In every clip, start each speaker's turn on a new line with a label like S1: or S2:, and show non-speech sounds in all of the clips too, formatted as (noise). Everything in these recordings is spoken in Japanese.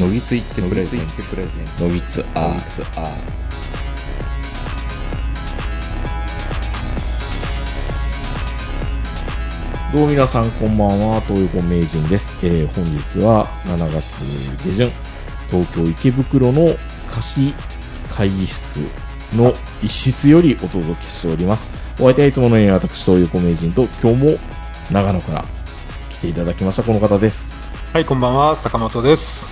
S1: のぎついってプレゼンツ
S2: プレゼン
S1: のぎつアーツア
S3: どうも皆さんこんばんは、東横名人です。えー本日は7月下旬、東京池袋の貸し会議室の一室よりお届けしております。お相手はいつものように私、東横名人と今日も長野から来ていただきました、この方です。
S4: はい、こんばんは、坂本です。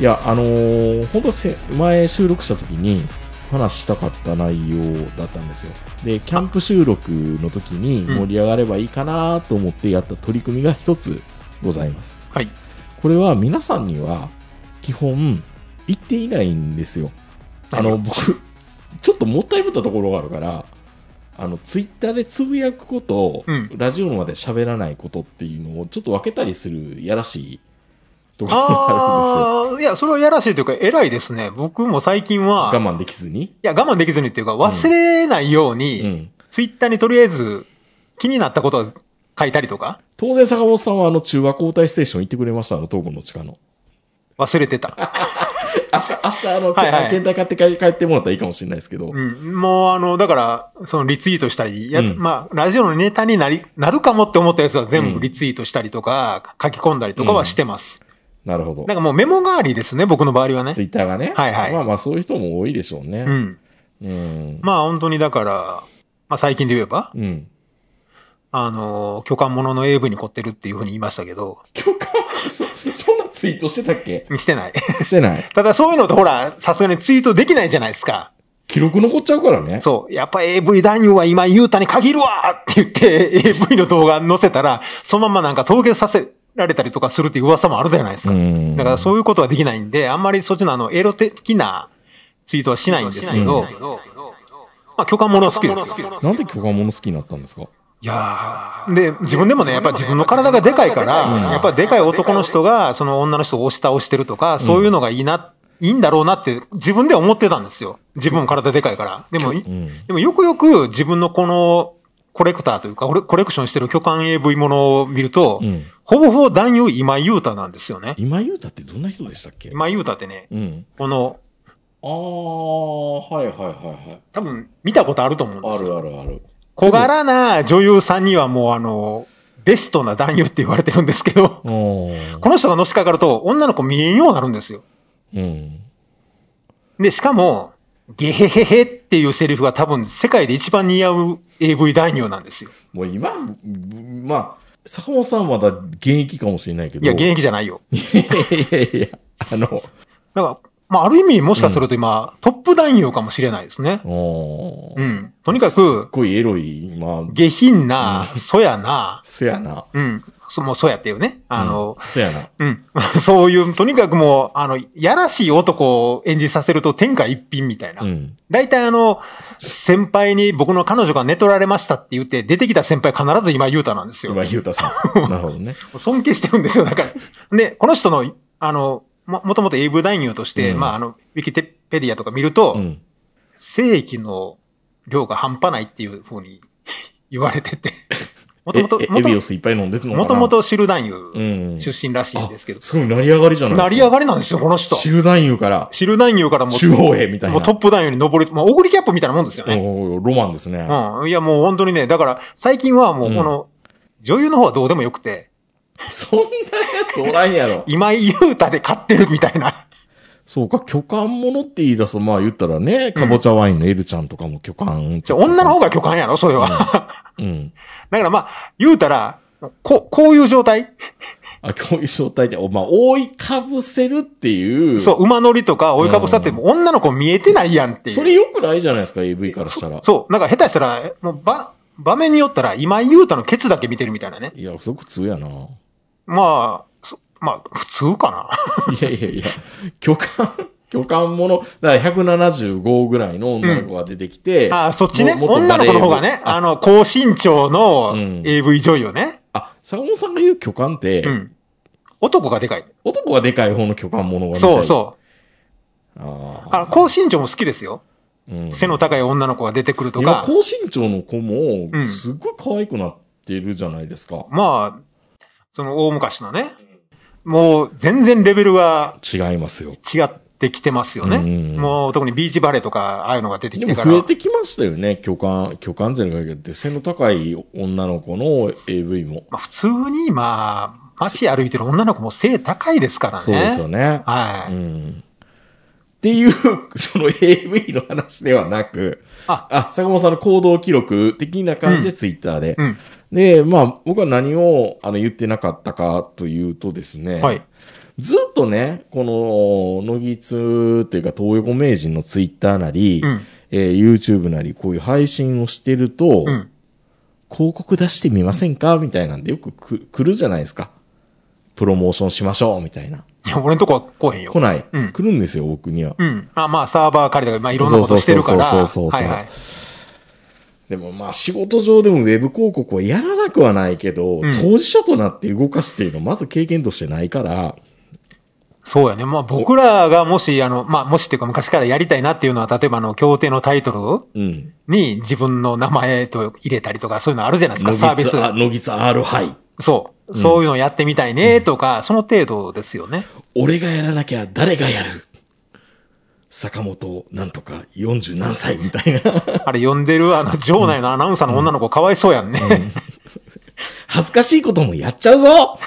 S3: いや、あのー、本当せ前収録した時に話したかった内容だったんですよ。で、キャンプ収録の時に盛り上がればいいかなと思ってやった取り組みが一つございます。
S4: はい。
S3: これは皆さんには基本行っていないんですよ。あの、僕、ちょっともったいぶったところがあるから、あの、ツイッターでつぶやくこと、
S4: うん
S3: ラジオのまで喋らないことっていうのをちょっと分けたりするやらしいところがあるんですよ。
S4: ああ、いや、それはやらしいというか、偉いですね。僕も最近は、い
S3: 我慢できずに。
S4: や、我慢できずにっていうか、忘れないよう
S3: う
S4: に、
S3: ん。
S4: ツイッターにとりあえず、気になったことは書いたりとか、
S3: 当然坂本さんはあの中和交代ステーション行ってくれました、あの東部の地下の。
S4: 忘れてた。
S3: 明日、明日あの、
S4: はいはい
S3: 検体買って帰帰ってもらったらいいかもしれないですけど。
S4: うん。もう、あの、だから、そのリツイートしたり、や、
S3: うん
S4: まあ、ラジオのネタになり、なるかもって思ったやつは全
S3: うん
S4: 部リツイートしたりとか、書き込んだりとかはしてます。
S3: なるほど
S4: なん。かもうメモ代わりですね、僕の場合はね
S3: ツ。イッターがね。
S4: はいはい
S3: まあまあそういう人も多いでしょうね。
S4: うん。
S3: うん。
S4: まあ、本当にだから、まあ、最近で言えば、
S3: うん。
S4: あの、巨漢者の AV に凝ってるっていうふうに言いましたけど、
S3: 許可そ、そんなツイートしてたっけ
S4: してない。 (laughs)
S3: してない。
S4: ただそういうのってほら、さすがにツイートできないじゃないですか。
S3: 記録残っちゃうからね。
S4: そう。やっぱ AV 男優は今、ユータに限るわって言って (laughs) AV の動画載せたら、そのままなんか凍結させられたりとかするっていう噂もあるじゃないですか。
S3: ん
S4: だからそう
S3: いう
S4: いうことはできないんで、あんまりそっちのあの、エロ的なツイートはしないんですけど、まあ、巨漢者は好きですよ。
S3: う。なんで許可もの好きになったんですか
S4: いやーで、自分でもね、やっぱ自分の体がでかいから、
S3: うん
S4: やっぱでかい男の人が、その女の人を押し倒してるとか、そういうのがいいな、いいんだろうなって、自分では思ってたんですよ。自分も体でかいから。でも、い
S3: うん。
S4: でもよくよく自分のこの、コレクターというか、コレコレクションしてる巨漢 AV ものを見ると、
S3: うん。
S4: ほぼほぼ男優今優太なんですよね。
S3: 今言うたってどんな人でしたっけ
S4: 今優太ってね、
S3: うん。
S4: この、
S3: あー、はいはいは
S4: 多分見たことあると思うん
S3: いはい。
S4: で
S3: あ
S4: すよ。
S3: るあるある。
S4: 小柄な女優さんにはもうあの、ベストな男優って言われてるんですけど、
S3: うん
S4: この人がのしかかると、女の子見えんようになるんですよ。
S3: うん。
S4: で、しかも、ゲヘヘヘっていうセリフが多分世界で一番似合う AV 男優なんですよ。
S3: もう今、まあ、坂本さんはまだ現役かもしれないけど。
S4: いや、現
S3: 役。
S4: 役じゃないよ。
S3: (laughs) いやいやいや、あの、
S4: だから、まあ、ある意味もしかすると今、トップ男優かもしれないですね。
S3: お
S4: う
S3: ー
S4: ん。とにか
S3: すっ
S4: く、
S3: ごいエロい、まあ、
S4: 下品な
S3: う、
S4: そやな、
S3: そやな。
S4: うん。そ、もうそやっていうね。あの、
S3: うん、そやな。
S4: うん。 (laughs) そういう、とにかくもう、あの、やらしい男を演じさせると天下一品みたいな。
S3: うん。
S4: 大体あの、先輩に僕の彼女が寝取られましたって言って、出てきた先輩必ず今優太なんですよ
S3: 今、。ゆうたさ
S4: (laughs)
S3: ん。なるほどね。
S4: 尊敬してるんですよ、だ
S3: (laughs)
S4: から。で、この人の、あの、も、もともと AV 男優として、
S3: うん
S4: まあ、あの、ウィキペディアとか見ると、
S3: うん。
S4: 正規の量が半端ないっていうふうに (laughs) 言われ
S3: (laughs)
S4: てて、もともと、
S3: ええ
S4: も
S3: エ
S4: と
S3: ビオスいっぱい飲んでるのかな
S4: もともとシル男
S3: う
S4: 優
S3: ん。
S4: 出身らしいんですけど
S3: あ、すごい成り上がりじゃないですか。
S4: 成り上がりなんですよ、この人。
S3: シルラインから、
S4: シル男優からも
S3: 中央兵みた
S4: う、
S3: い
S4: もう
S3: な。
S4: トップ男優に上り、まあ、おごりキャップみたいなもんですよね。
S3: おーロマンですね。
S4: うん。いや、もう本当にね、だから、最近はもう、この、女優の方はどうでもよくて、。
S3: そんなやつおらんやろ
S4: 今井優太で勝ってるみたいな。
S3: そうか、巨漢ものって言い出すと、まあ言ったらね、かぼちゃワインのエルちゃんとかも巨漢。
S4: じゃあ女の方が巨漢やろ、それ (laughs) は。
S3: うん。
S4: だからまあ、言うたら、こう、こういう状態、
S3: あ、こういう状態で、おまあ、覆いかぶせるっていう。
S4: そう、馬乗りとか追いかぶさって、
S3: うん
S4: もう女の子見えてないやんっていう。
S3: それ良くないじゃないですか、AV からしたら。
S4: そう、なんか下手したら、もうば、場面によったら、今井優太のケツだけ見てるみたいなね。
S3: いや、それ普通やな。
S4: まあ、そまあ、普通か
S3: いやいやいや、巨漢、巨漢もの、だから175ぐらいの女の子が出てきて、
S4: な。ああ、そっちね。
S3: も元
S4: 女
S3: バ
S4: の
S3: レー
S4: 子
S3: 部
S4: の方がね、
S3: あ
S4: あの、高身長の
S3: うん
S4: AV 女優ね。
S3: あ、坂本さんが言う巨漢って、
S4: うん。男がでかい。
S3: 男がでかい方の巨漢ものが見たい
S4: そうそう。
S3: う。あ
S4: あの、高身長も好きですよ。背の
S3: 高
S4: 高い女の子が出てくると
S3: 今、
S4: か。
S3: 高身長の子も
S4: う、ん
S3: すっごい可愛くなってるじゃないですか。
S4: まあ、その大昔のね、もう全然レベルが
S3: 違いますよ。
S4: 違ってきてますよね。
S3: うん
S4: もう特にビーチバレーとか、ああいうのが出てき
S3: で
S4: て
S3: も
S4: から。
S3: 増えてきましたよね。巨漢、巨漢じゃないけど、背の高い女の子の AV も。
S4: まあ、普通に今、街歩いてる女の子も背高いですからね。
S3: そうですよね。
S4: は
S3: う
S4: い。
S3: ん。っていう、その AV の話ではなく、
S4: あ
S3: あ、坂本さんの行動記録的な感じでツイッターで。
S4: うん。
S3: で、まあ、僕は何をあの言ってなかったかというとですね、
S4: はい。
S3: ずっとね、この、乃木通というか東横名人のツイッターなり、
S4: うん。
S3: えー YouTube なり、こういう配信をしてると、
S4: うん。
S3: 広告出してみませんかみたいなんでよくく来るじゃないですか。プロモーションしましょうみたいな。
S4: いや、俺のとこは来へんよ
S3: 来。ない。
S4: うん
S3: 来るんですよ、僕には。
S4: うん。あ、まあ、サーバー借りたりとか、まあ、いろんなことしてるから。
S3: そうそうそうそうそう
S4: はいはい。
S3: でもまあ仕事上でもウェブ広告はやらなくはないけど、
S4: うん
S3: 当事者となって動かすっていうのはまず経験としてないから、
S4: そうやね。まあ、僕らがもし、あの、まあ、もしっていうか昔からやりたいなっていうのは、例えばあの、協定のタイト
S3: うん。
S4: ルに自分の名前と入れたりとか、そういうのあるじゃないですか、サー
S3: 乃
S4: ビ
S3: 木
S4: ス。
S3: つ、あ乃木つ R 杯。
S4: そう。
S3: うん
S4: そういうのやってみたいねとか、その程度ですよね。
S3: 俺がやらなきゃ誰がやる坂本なんとか40何歳みたいな。 (laughs)
S4: あれ呼んでる、あの、場内のアナウンサーの女の子かわいそうやんね。、
S3: 恥ずかしいこともやっちゃうぞ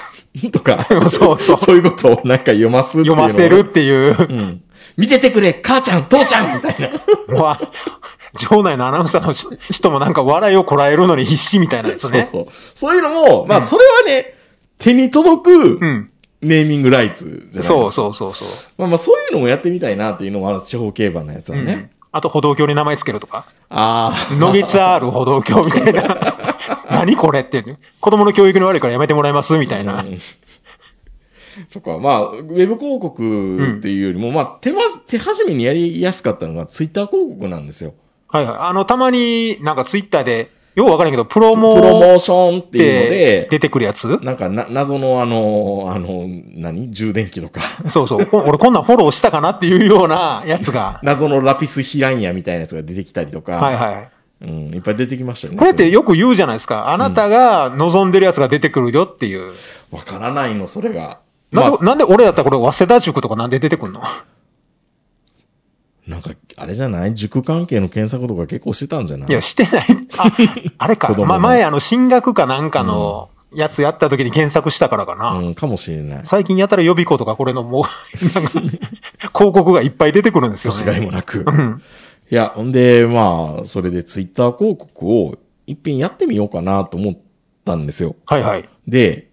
S3: とか
S4: (laughs) そうそう
S3: いうことをなんか読ますっていうの
S4: 読
S3: は
S4: ませる。っていう。
S3: うん。見ててくれ母ちゃん父ち
S4: (laughs)
S3: ゃんみたいな。
S4: もうあ場内のアナウンサーの人もなんか笑いをこらえるのに必死みたいなやつね。
S3: そうそう。そういうのも、ま
S4: う
S3: あ
S4: ん
S3: それはね、手に届く
S4: うん。
S3: ネーミングライツじゃないですか。
S4: そうそうそうそう。
S3: まあまあそういうのもやってみたいなっていうのもある地方競馬のやつは
S4: う
S3: ね。
S4: んあと歩道橋に名前つけるとか。
S3: ああ。
S4: 野月 R 歩道橋みたい
S3: (laughs)
S4: な。何これって。子供の教育に悪いからやめてもらいますみたいな
S3: う。んとか、まあ、ウェブ広告っていうよりも、まあ、手ま、手始めにやりやすかったのがツイッター広告なんですよ。
S4: はいはい。あの、たまになんかツイッターで、ようわからんけど、プロ
S3: プ
S4: モ
S3: ロモ
S4: っ
S3: ーションっていうの
S4: て
S3: で、
S4: 出てくるやつ
S3: なんかな、謎のあの、あの、何充電器とか、 (laughs)
S4: そうそう。こ (laughs) 俺こんなんフォローしたかなっていうようなやつが。
S3: 謎のラピスヒランヤみたいなやつが出てきたりとか、
S4: はいはい。
S3: うん、いっぱい出てきましたよね。
S4: これってよく言うじゃないですか。あなたが望んでるやつが出てくるよっていう。
S3: わからないの、それが。
S4: なん
S3: ま
S4: で、なんで俺だったらこれ、早稲田塾とかなんで出てく
S3: (laughs)
S4: んの
S3: あ、なんか、あれじゃない塾関係の検索とか結構してたんじゃない
S4: いや、してない。あ、
S3: (laughs)
S4: あれか
S3: 子。供の
S4: ま、前あの、進学かなんかのやつやった時に検索したからかな。
S3: うん、かもしれない。
S4: 最近やたら予備校とかこれのもう、 (laughs) なんか、広告がいっぱい出てくるんですよ
S3: 年がい
S4: ね。
S3: もな
S4: (laughs)
S3: く
S4: う。ん。
S3: いや、ほんで、まあ、それでツイッター広告を一遍やってみようかなと思ったんですよ。
S4: はいはい。
S3: で、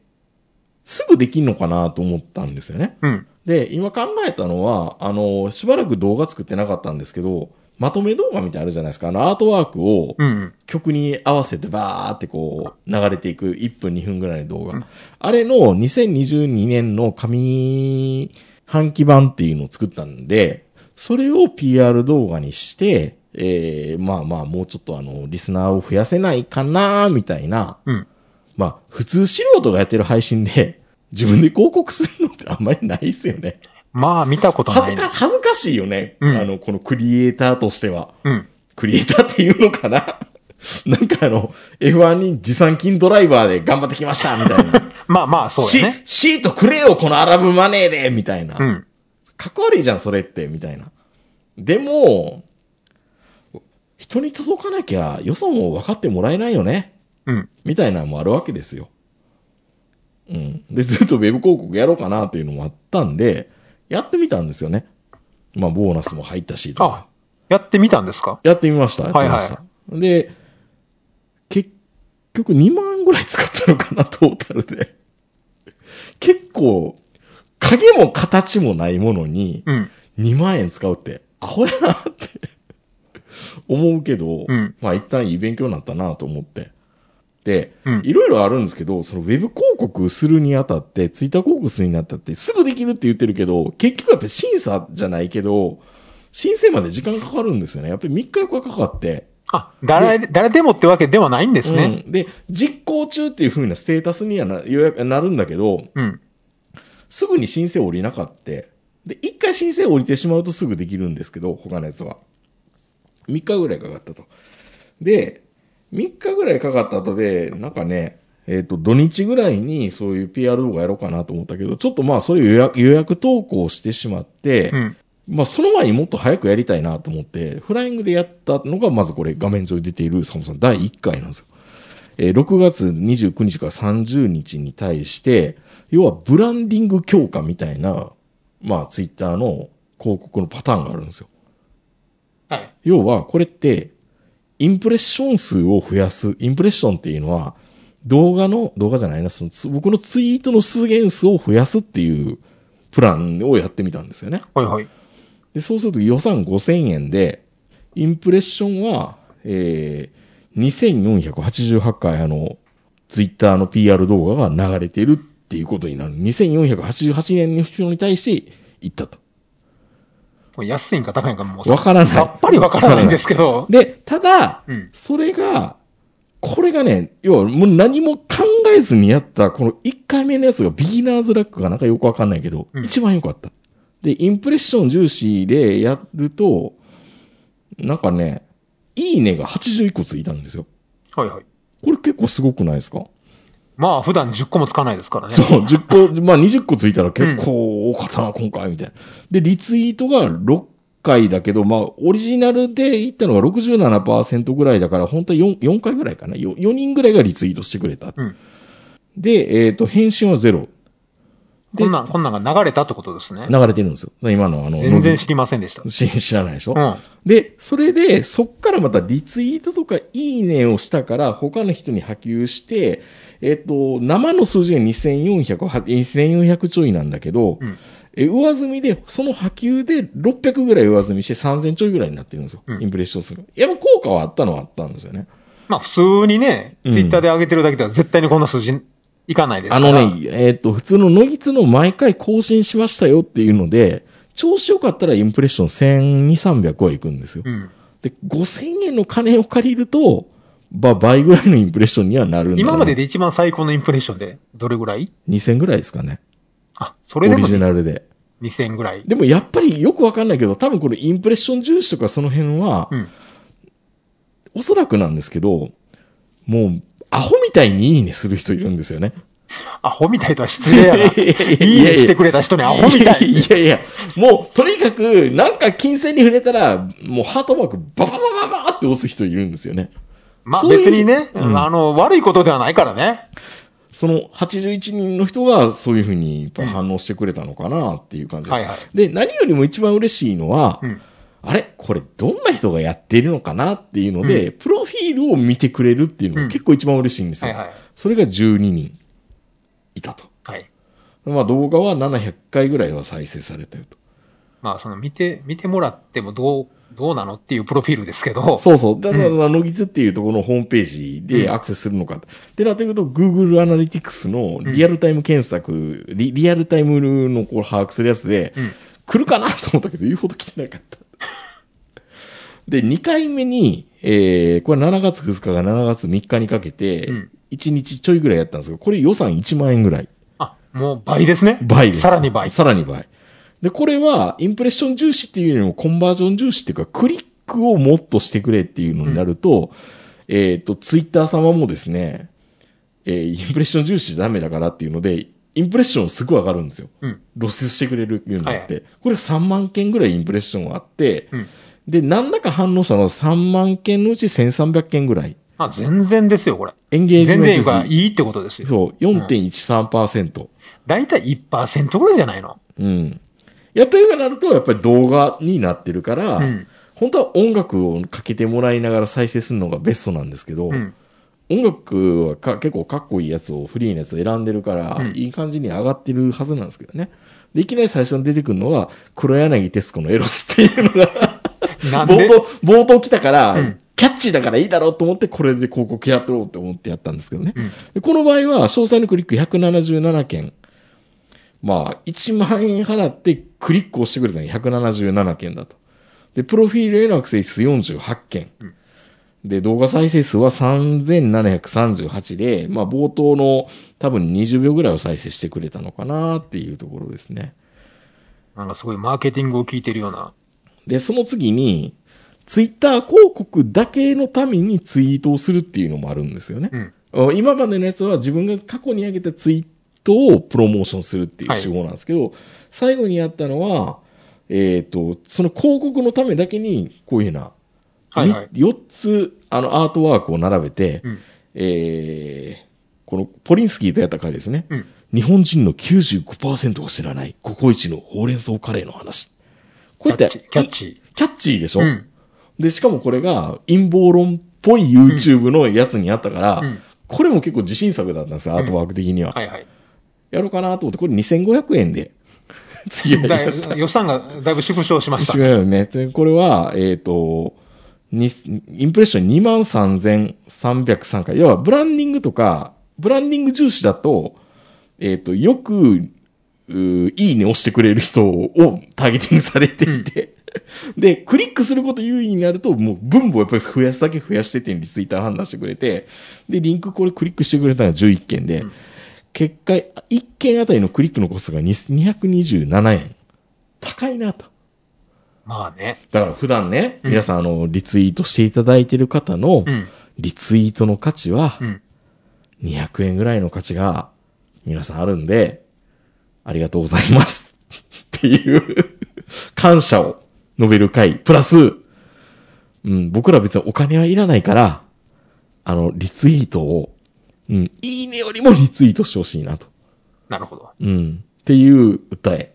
S3: すぐできんのかなと思ったんですよね。
S4: うん。
S3: で、今考えたのは、あの、しばらく動画作ってなかったんですけど、まとめ動画みたいなのあるじゃないですか。あの、アートワークを
S4: うん。
S3: 曲に合わせてバーってこう、流れていく1分2分ぐらいの動画。あれの2022年の紙半期版っていうのを作ったんで、それを PR 動画にして、えー、まあまあ、もうちょっとあの、リスナーを増やせないかなみたいな。
S4: うん。
S3: まあ、普通素人がやってる配信で、自分で広告するのってあんまりないですよね。
S4: まあ、見たことない。
S3: 恥ずか、恥ずかしいよね。
S4: うん
S3: あの、このクリエイターとしては。
S4: うん。
S3: クリエイターっていうのかな (laughs) なんかあの、F1 に持参金ドライバーで頑張ってきましたみたいな。
S4: まあまあ、 (laughs) そう
S3: シ
S4: やね。
S3: シートくれよ、このアラブマネーでみたいな。
S4: うん。
S3: かっこ悪いじゃん、それって、みたいな。でも、人に届かなきゃ良さも分かってもらえないよね。
S4: うん。
S3: みたいなのもあるわけですよ。うん。で、ずっとウェブ広告やろうかなっていうのもあったんで、やってみたんですよね。まあ、ボーナスも入ったしとか
S4: あ、やってみたんですか
S3: やってみました。やって
S4: はい
S3: み
S4: はい
S3: ました。で、結局2万ぐらい使ったのかな、トータルで。 (laughs) 結構、影も形もないものに
S4: うん。
S3: 2万円使うって、アホやなって (laughs) 思うけど、
S4: うん
S3: まあ一旦いい勉強になったなと思って。で、
S4: うん。
S3: いろいろあるんですけど、そのウェブ広告するにあたって、ツイッター広告するにあたって、すぐできるって言ってるけど、結局やっぱ審査じゃないけど、申請まで時間かかるんですよね。やっぱり3日4日かかって。
S4: あ、誰、誰でもってわけではないんですね。
S3: うんで、実行中っていう風なステータスにはな予約なるんだけど、
S4: うん。
S3: すぐに申請降りなかって、で、一回申請降りてしまうとすぐできるんですけど、他のやつは。3日ぐらいかかったと。で、3日ぐらいかかった後で、なんかね、ええっ、と、土日ぐらいにそういう PR 動画やろうかなと思ったけど、ちょっとまあそういう予約予約投稿をしてしまって、
S4: うん。
S3: まあその前にもっと早くやりたいなと思って、フライングでやったのがまずこれ画面上に出ているサムさん第1回なんですよ。えー6月29日から30日に対して、要はブランディング強化みたいな、まあツイッターの広告のパターンがあるんですよ。
S4: はい。
S3: 要は、これって、インプレッション数を増やす。インプレッションっていうのは、動画の、動画じゃないな、そのつ、僕のツイートの出現数を増やすっていうプランをやってみたんですよね。
S4: はいはい。
S3: で、そうすると予算5000円で、インプレッションは、えー、2488回あの、ツイッターの PR 動画が流れてるっていうことになる。2488年の人に対して行ったと。
S4: もう安いんか高いんかもう
S3: わからない
S4: さっぱりわからないんですけど。
S3: で、ただ、
S4: うん。
S3: それが、これがね、要はもう何も考えずにやった、この1回目のやつがビギナーズラックがなんかよくわかんないけど、
S4: うん
S3: 一番良かった。で、インプレッション重視でやると、なんかね、いいねが81個ついたんですよ。
S4: はいはい。
S3: これ結構すごくないですか、
S4: まあ、普段10個もつかないですからね。
S3: そう、10個、まあ20個ついたら結構多かったな、今回、みたいな。で、リツイートが6回だけど、まあ、オリジナルでいったのが67%ぐらいだから、本当は 4, 4回ぐらいかな4。4人ぐらいがリツイートしてくれた。
S4: うん
S3: で、えっ、と、返信はゼロ。で
S4: こんなん、こんなんが流れたってことですね。
S3: 流れてるんですよ。今のあの、
S4: 全然知りませんでした。
S3: し知らないでしょ、
S4: うん。
S3: で、それで、そっからまたリツイートとかいいねをしたから、他の人に波及して、えっと、生の数字が2400、2400ちょいなんだけど、
S4: うん
S3: え上積みで、その波及で600ぐらい上積みして3000ちょいぐらいになってるんですよ。
S4: うん
S3: インプレッションする。やっぱ効果はあったのはあったんですよね。
S4: まあ、普通にね、
S3: うん
S4: ツイッターで上げてるだけでは絶対にこんな数字いかないです
S3: あ
S4: から。
S3: のね、えっ、と、普通のノギツの毎回更新しましたよっていうので、調子良かったらインプレッション1200、300はいくんですよ。
S4: うん。
S3: で、5000円の金を借りると、ば、倍ぐらいのインプレッションにはなるんだろうな
S4: 今までで一番最高のインプレッションで、どれぐらい
S3: 2000ぐらいですかね。
S4: あ、そ
S3: オ
S4: れで
S3: リ
S4: も
S3: ジナルで。
S4: 2000ぐらい。
S3: でもやっぱりよくわかんないけど、多分このインプレッション重視とかその辺は、
S4: うん
S3: おそらくなんですけど、もう、アホみたいにいいねする人いるんですよね。
S4: アホみたいとは失礼やな。いいねしてくれた人にアホみたい。
S3: いやいや、もうとにかく、なんか金銭に触れたら、もうハートマークババババババって押す人いるんですよね。
S4: まあ
S3: そういう
S4: 別にね、
S3: うん
S4: あの、悪いことではないからね。
S3: その81人の人がそういうふうにやっぱ反応してくれたのかなっていう感じです。
S4: はいはい。
S3: で、何よりも一番嬉しいのは、
S4: うん
S3: あれこれどんな人がやっているのかなっていうので、
S4: う
S3: プロフィールを見てくれるっていうの
S4: う
S3: が
S4: ん
S3: 結構一番嬉しいんです
S4: は
S3: よ。
S4: いはい。
S3: それが12人いたと。
S4: はい。
S3: まあ動画は700回ぐらいは再生されてると。
S4: まあその見て、見てもらってもどう、どうなのっていうプロフィールですけど。
S3: そうそう。だから、
S4: う
S3: ノギツっていうところのホームページ
S4: う
S3: で
S4: ん
S3: アクセスするのか。で、なってくると Google Analytics のリアルタイム検索、リリアルタイムのこう把握するやつで、
S4: うん。
S3: 来るかなと思ったけど、言うほど来てなかった。で、2回目に、えー、これ7月2日から7月3日にかけ
S4: う
S3: て
S4: ん、
S3: 1日ちょいぐらいやったんですけど、これ予算1万円ぐらい。
S4: あ、もう倍ですね。
S3: 倍です。
S4: さらに倍
S3: さらに倍。で、これは、インプレッション重視っていうよりも、コンバージョン重視っていうか、クリックをもっとしてくれっていうのになると、えっ、と、ツイッター様もですね、えーインプレッション重視ダメだからっていうので、インプレッションすぐ上がるんですよ。
S4: うん。
S3: 露出してくれるようになって、これが3万件ぐらいインプレッションがあって、
S4: うん
S3: で、何らか反応したのは3万件のうち1300件ぐらい。
S4: まあ全然ですよ、これ。
S3: エンゲージ
S4: 全然
S3: メ
S4: い
S3: ン
S4: い
S3: ト
S4: か
S3: 数
S4: いいってことですよ。
S3: そう、4.13%。
S4: だいたい1%ぐらいじゃないの。
S3: うん。やっぱり今なると、やっぱり動画になってるから、
S4: うん。
S3: 本当は音楽をかけてもらいながら再生するのがベストなんですけど、
S4: うん。
S3: 音楽はか結構かっこいいやつを、フリーなやつを選んでるから、
S4: うん
S3: いい感じに上がってるはずなんですけどね。で、いきなり最初に出てくるのは、黒柳徹子のエロスっていうのが、
S4: なん
S3: 冒
S4: で
S3: 頭、冒頭来たから、
S4: うん
S3: キャッチーだからいいだろうと思って、これで広告やっとろうと思ってやったんですけどね。
S4: うん
S3: でこの場合は、詳細のクリック177件。まあ、1万円払ってクリックをしてくれたのが177件だと。で、プロフィールへのアクセス48件。
S4: うん
S3: で、動画再生数は3738で、まあ、冒頭の多分20秒ぐらいを再生してくれたのかなっていうところですね。
S4: なんかすごいマーケティングを聞いてるような。
S3: で、その次に、ツイッター広告だけのためにツイートをするっていうのもあるんですよね。
S4: うん。
S3: あ今までのやつは自分が過去に上げたツイートをプロモーションするっていう手法なんですけど、最後にやったのは、えっ、と、その広告のためだけに、こういうふうな、
S4: はいはい。
S3: 4つ、あの、アートワークを並べて、
S4: うん
S3: えーこの、ポリンスキーとやった回ですね。
S4: うん
S3: 日本人の95%が知らない、ココイチのほうれん草カレーの話。こ
S4: キ
S3: うや
S4: ャ
S3: って
S4: ッ、チ。キャッチ。
S3: キャッチーでしょ、
S4: うん。
S3: で、しかもこれが陰謀論っぽい YouTube のやつにあったから、
S4: うん。
S3: これも結構自信作だったんですよ、
S4: うん
S3: アートワーク的には。
S4: はいはい。
S3: やろうかなと思って、これ2500円で次やり
S4: だい
S3: ました。
S4: 予算がだいぶ縮小しました。
S3: 違うよね。で、これは、えっ、と、に、インプレッション23,303回。要は、ブランディングとか、ブランディング重視だと、えっ、と、よく、うーいいねをしてくれる人をターゲティングされていて、 (laughs) で、クリックすること優位になると、もう分母をやっぱり増やすだけ増やしてっていうのにツイッター判断してくれて、で、リンクこれクリックしてくれたのは11件で、
S4: うん
S3: 結果、1件あたりのクリックのコストが227円。高いなと。
S4: まあね。
S3: だから普段ね、
S4: うん
S3: 皆さんあの、リツイートしていただいてる方の
S4: う、ん。
S3: リツイートの価値は
S4: う、ん。
S3: 200円ぐらいの価値が、皆さんあるんで、ありがとうございます。 (laughs) っていう、感謝を述べる会。プラス、うん、僕ら別にお金はいらないから、あの、リツイートを、うん、いいねよりもリツイートしてほしいなと。
S4: なるほど。 (laughs)
S3: うん、っていう歌え。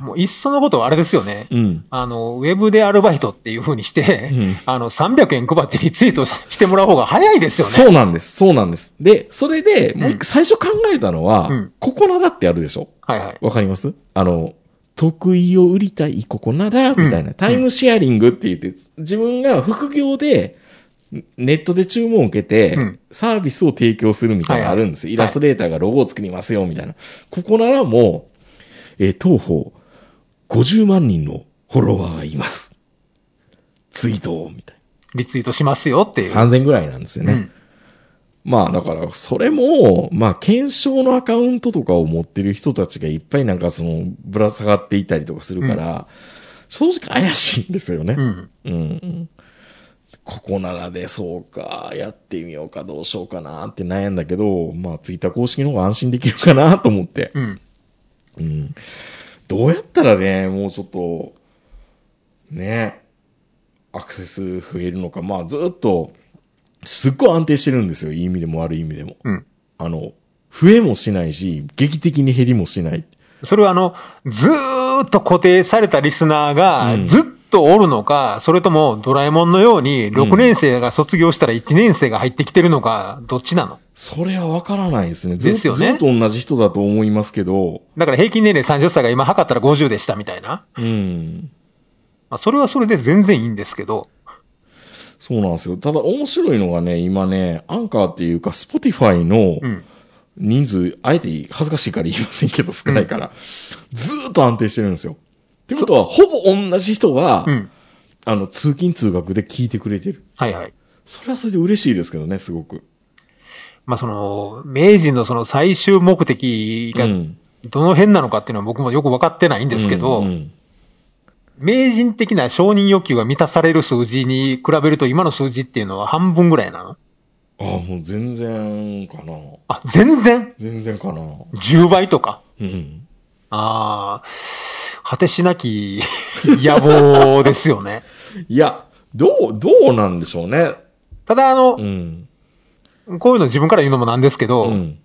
S4: もういっそのことはあれですよね。
S3: うん。
S4: あの、ウェブでアルバイトっていう風にして、
S3: うん
S4: あの、300円配ってリツイートしてもらう方が早いですよね。
S3: そうなんです。そうなんです。で、それで、もう
S4: う
S3: 一
S4: ん
S3: 個最初考えたのは、
S4: うん
S3: ここならってあるでしょ
S4: はいはい。
S3: わかりますあの、得意を売りたい、ここなら、
S4: ん
S3: みたいな、タイムシェアリングって言って、自分が副業で、ネットで注文を受けて、
S4: うん
S3: サービスを提供するみたいなのあるんですよ。
S4: はい
S3: イラストレーターがロゴを作りますよ、みたいな。ここならもう、えー当方、50万人のフォロワーがいます。ツイートを、みたい
S4: リツイートしますよっていう。
S3: な。3000ぐらいなんですよね。
S4: うん。
S3: まあだから、それも、まあ検証のアカウントとかを持ってる人たちがいっぱいなんかその、ぶら下がっていたりとかするから、正直怪しいんですよね
S4: う。ん。
S3: うん。ここならで、そうか、やってみようか、どうしようかなって悩んだけど、まあツイッター公式の方が安心できるかなと思って。
S4: うん。
S3: うん。どうやったらね、もうちょっと、ね、アクセス増えるのか。まあずっと、すっごい安定してるんですよ。いい意味でも悪い意味でも。
S4: うん。
S3: あの、増えもしないし、劇的に減りもしない。
S4: それはあの、ずーっと固定されたリスナー
S3: う
S4: が
S3: ん
S4: ずっとおるのか、それともドラえもんのように6年生が卒業したら1年生が入ってきてるのか、どっちなの
S3: それはわからないですね。ずっ
S4: です
S3: と、
S4: よね
S3: ずっと同じ人だと思いますけど、
S4: だから平均年齢30歳が今測ったら50でしたみたいな。
S3: うん。
S4: まあ、それはそれで全然いいんですけど。
S3: そうなんですよ。ただ面白いのがね、今ね、アンカーっていうか、スポティファイの
S4: うん。
S3: 人数、あえて恥ずかしいから言いませんけど、少ないから、ずーっと安定してるんですよ。ってことは、ほぼ同じ人が、
S4: うん。
S3: あの、通勤通学で聞いてくれてる。
S4: はいはい。
S3: それはそれで嬉しいですけどね、すごく。
S4: まあ、その、明治のその最終目的
S3: う
S4: が
S3: ん。
S4: どの辺なのかっていうのは僕もよく分かってないんですけど、
S3: うんうん
S4: 名人的な承認欲求が満たされる数字に比べると今の数字っていうのは半分ぐらいなの
S3: ああ、もう全然かな。
S4: あ、全然
S3: 全然かな。
S4: ?10 倍とか。
S3: うん。
S4: ああ、果てしなき (laughs) 野望ですよね。
S3: いや、どう、どうなんでしょうね。
S4: ただ、あの
S3: う、ん。
S4: こういうの自分から言うのもなんですけど、
S3: うん。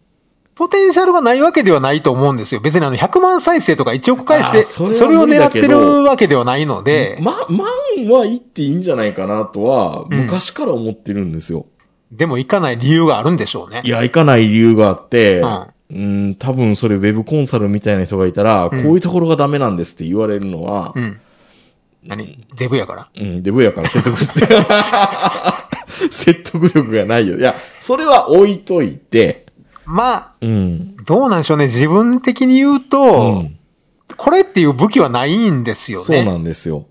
S4: ポテンシャルがないわけではないと思うんですよ。別にあの、100万再生とか1億回
S3: あ
S4: 生、
S3: ー
S4: そ
S3: そ
S4: れ
S3: れは
S4: を
S3: 無理
S4: 狙
S3: だ
S4: って
S3: けど
S4: るわけではないので、
S3: ま、万は言っていいんじゃないかなとは、
S4: うん
S3: 昔から思ってるんですよ。
S4: でも行かない理由があるんでしょうね
S3: い。や、行かない理由があって、
S4: うん
S3: うん、多分それウェブコンサルみたいな人がいたら、
S4: うん
S3: こういうところがダメなんですって言われるのは
S4: う、ん。何デブやから。
S3: うん、デブやから説得して。 (laughs) 説得力がないよ。いや、それは置いといて、
S4: ま
S3: うん。
S4: あ、どうなんでしょうね。自分的に言う
S3: う
S4: と、
S3: ん。
S4: これっていう武器はないんですよね。
S3: そうなんですよ。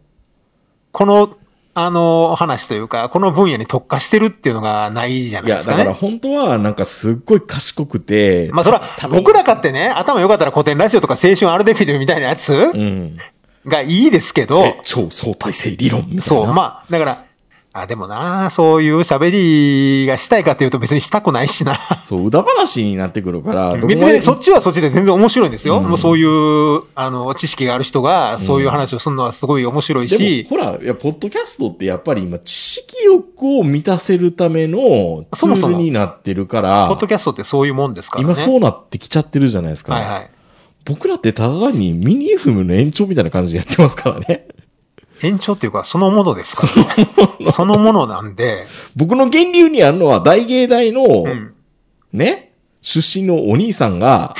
S4: この、あの、話というか、この分野に特化してるっていうのがないじゃない
S3: い
S4: で
S3: や、
S4: すか
S3: だ
S4: ね。
S3: から本当はなんかすっごい賢くて、
S4: まあそら
S3: 多、分
S4: 僕らかってね、頭良かったら古典ラジオとか青春アルデフィドみたいなやつ
S3: うん。
S4: がいいですけど、
S3: え超相対性理論みたいな。
S4: そう、まあ、だから、あ、でもな、そういう喋りがしたいかっていうと別にしたくないしな。
S3: そう、裏話になってくるから、どこ
S4: 別
S3: まで
S4: にそっちはそっちで全然面白いんですよ。
S3: うん
S4: もうそういう、あの、知識がある人が、そういう話をするのはすごい面白い
S3: でも、
S4: し、
S3: ほら、いや、ポッドキャストってやっぱり今、知識欲を満たせるためのツ
S4: そも
S3: ー
S4: そ
S3: ル
S4: も
S3: になってるから、
S4: ポッドキャストってそういうもんですからね。
S3: 今そうなってきちゃってるじゃないですか。
S4: はいはい。
S3: 僕らってただ単にミニ FM の延長みたいな感じでやってますからね。 (laughs)
S4: 延長っていうか、そのものですからね。そのものなんで、
S3: 僕の源流にあるのは大芸大の、
S4: うん。
S3: ね、出身のお兄さんが、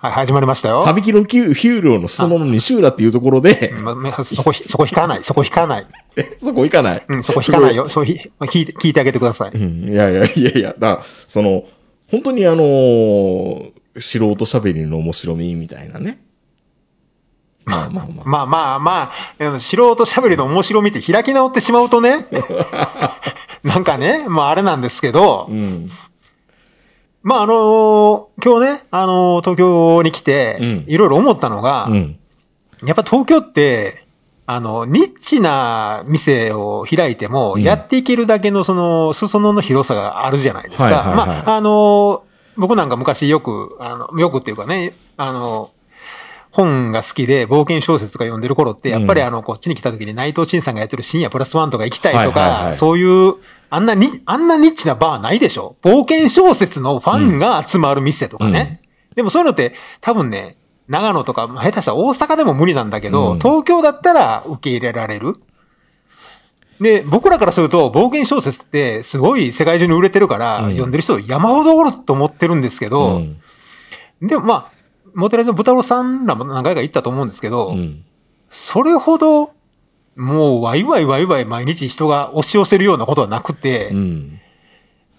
S4: はい、始まりましたよ
S3: は。びきのヒューローの裾野の西浦っていうところで
S4: う、んまめそこ、そこ引かない、そこ引かない。
S3: (laughs) そこ行かない。
S4: うん、そこ引かないよ。そうひ、聞いて、聞いてあげてください。
S3: うんいやいやいやいや、だからその、本当にあのー素人喋りの面白みみたいなね。まあまあまあ。
S4: まあまあまああの、素人喋りの面白みって開き直ってしまうとね、なんかね、まああれなんですけど
S3: う、ん。
S4: まああのー今日ね、あのー東京に来て
S3: うん、
S4: いろいろ思ったのが
S3: う、ん。
S4: やっぱ東京って、あの、ニッチな店を開いても、
S3: うん
S4: やっていけるだけのその、裾野の広さがあるじゃないですか。
S3: はいはいはい
S4: まあ、あの、僕なんか昔よく、あの、よくっていうかね、あの、本が好きで冒険小説とか読んでる頃って、やっぱり
S3: うん
S4: あの、こっちに来た時に内藤陳さんがやってる深夜プラスワンとか行きたいと
S3: はいはいは
S4: か
S3: い、
S4: そういう、あんなに、あんなニッチなバーないでしょ冒険小説のファンが集まる店とかね。でもそういうのって多分ね、長野とか、まあ下手したら大阪でも無理なんだけど、
S3: うん
S4: 東京だったら受け入れられる。で、僕らからすると、冒険小説ってすごい世界中に売れてるから、
S3: うん
S4: 読んでる人山ほどおると思ってるんですけ
S3: う
S4: ど、
S3: ん。
S4: でもまあ、モテラジの豚郎さんらも何回か行ったと思うんですけど、
S3: うん。
S4: それほど、もうワイワイワイワイ毎日人が押し寄せるようなことはなくて、
S3: うん。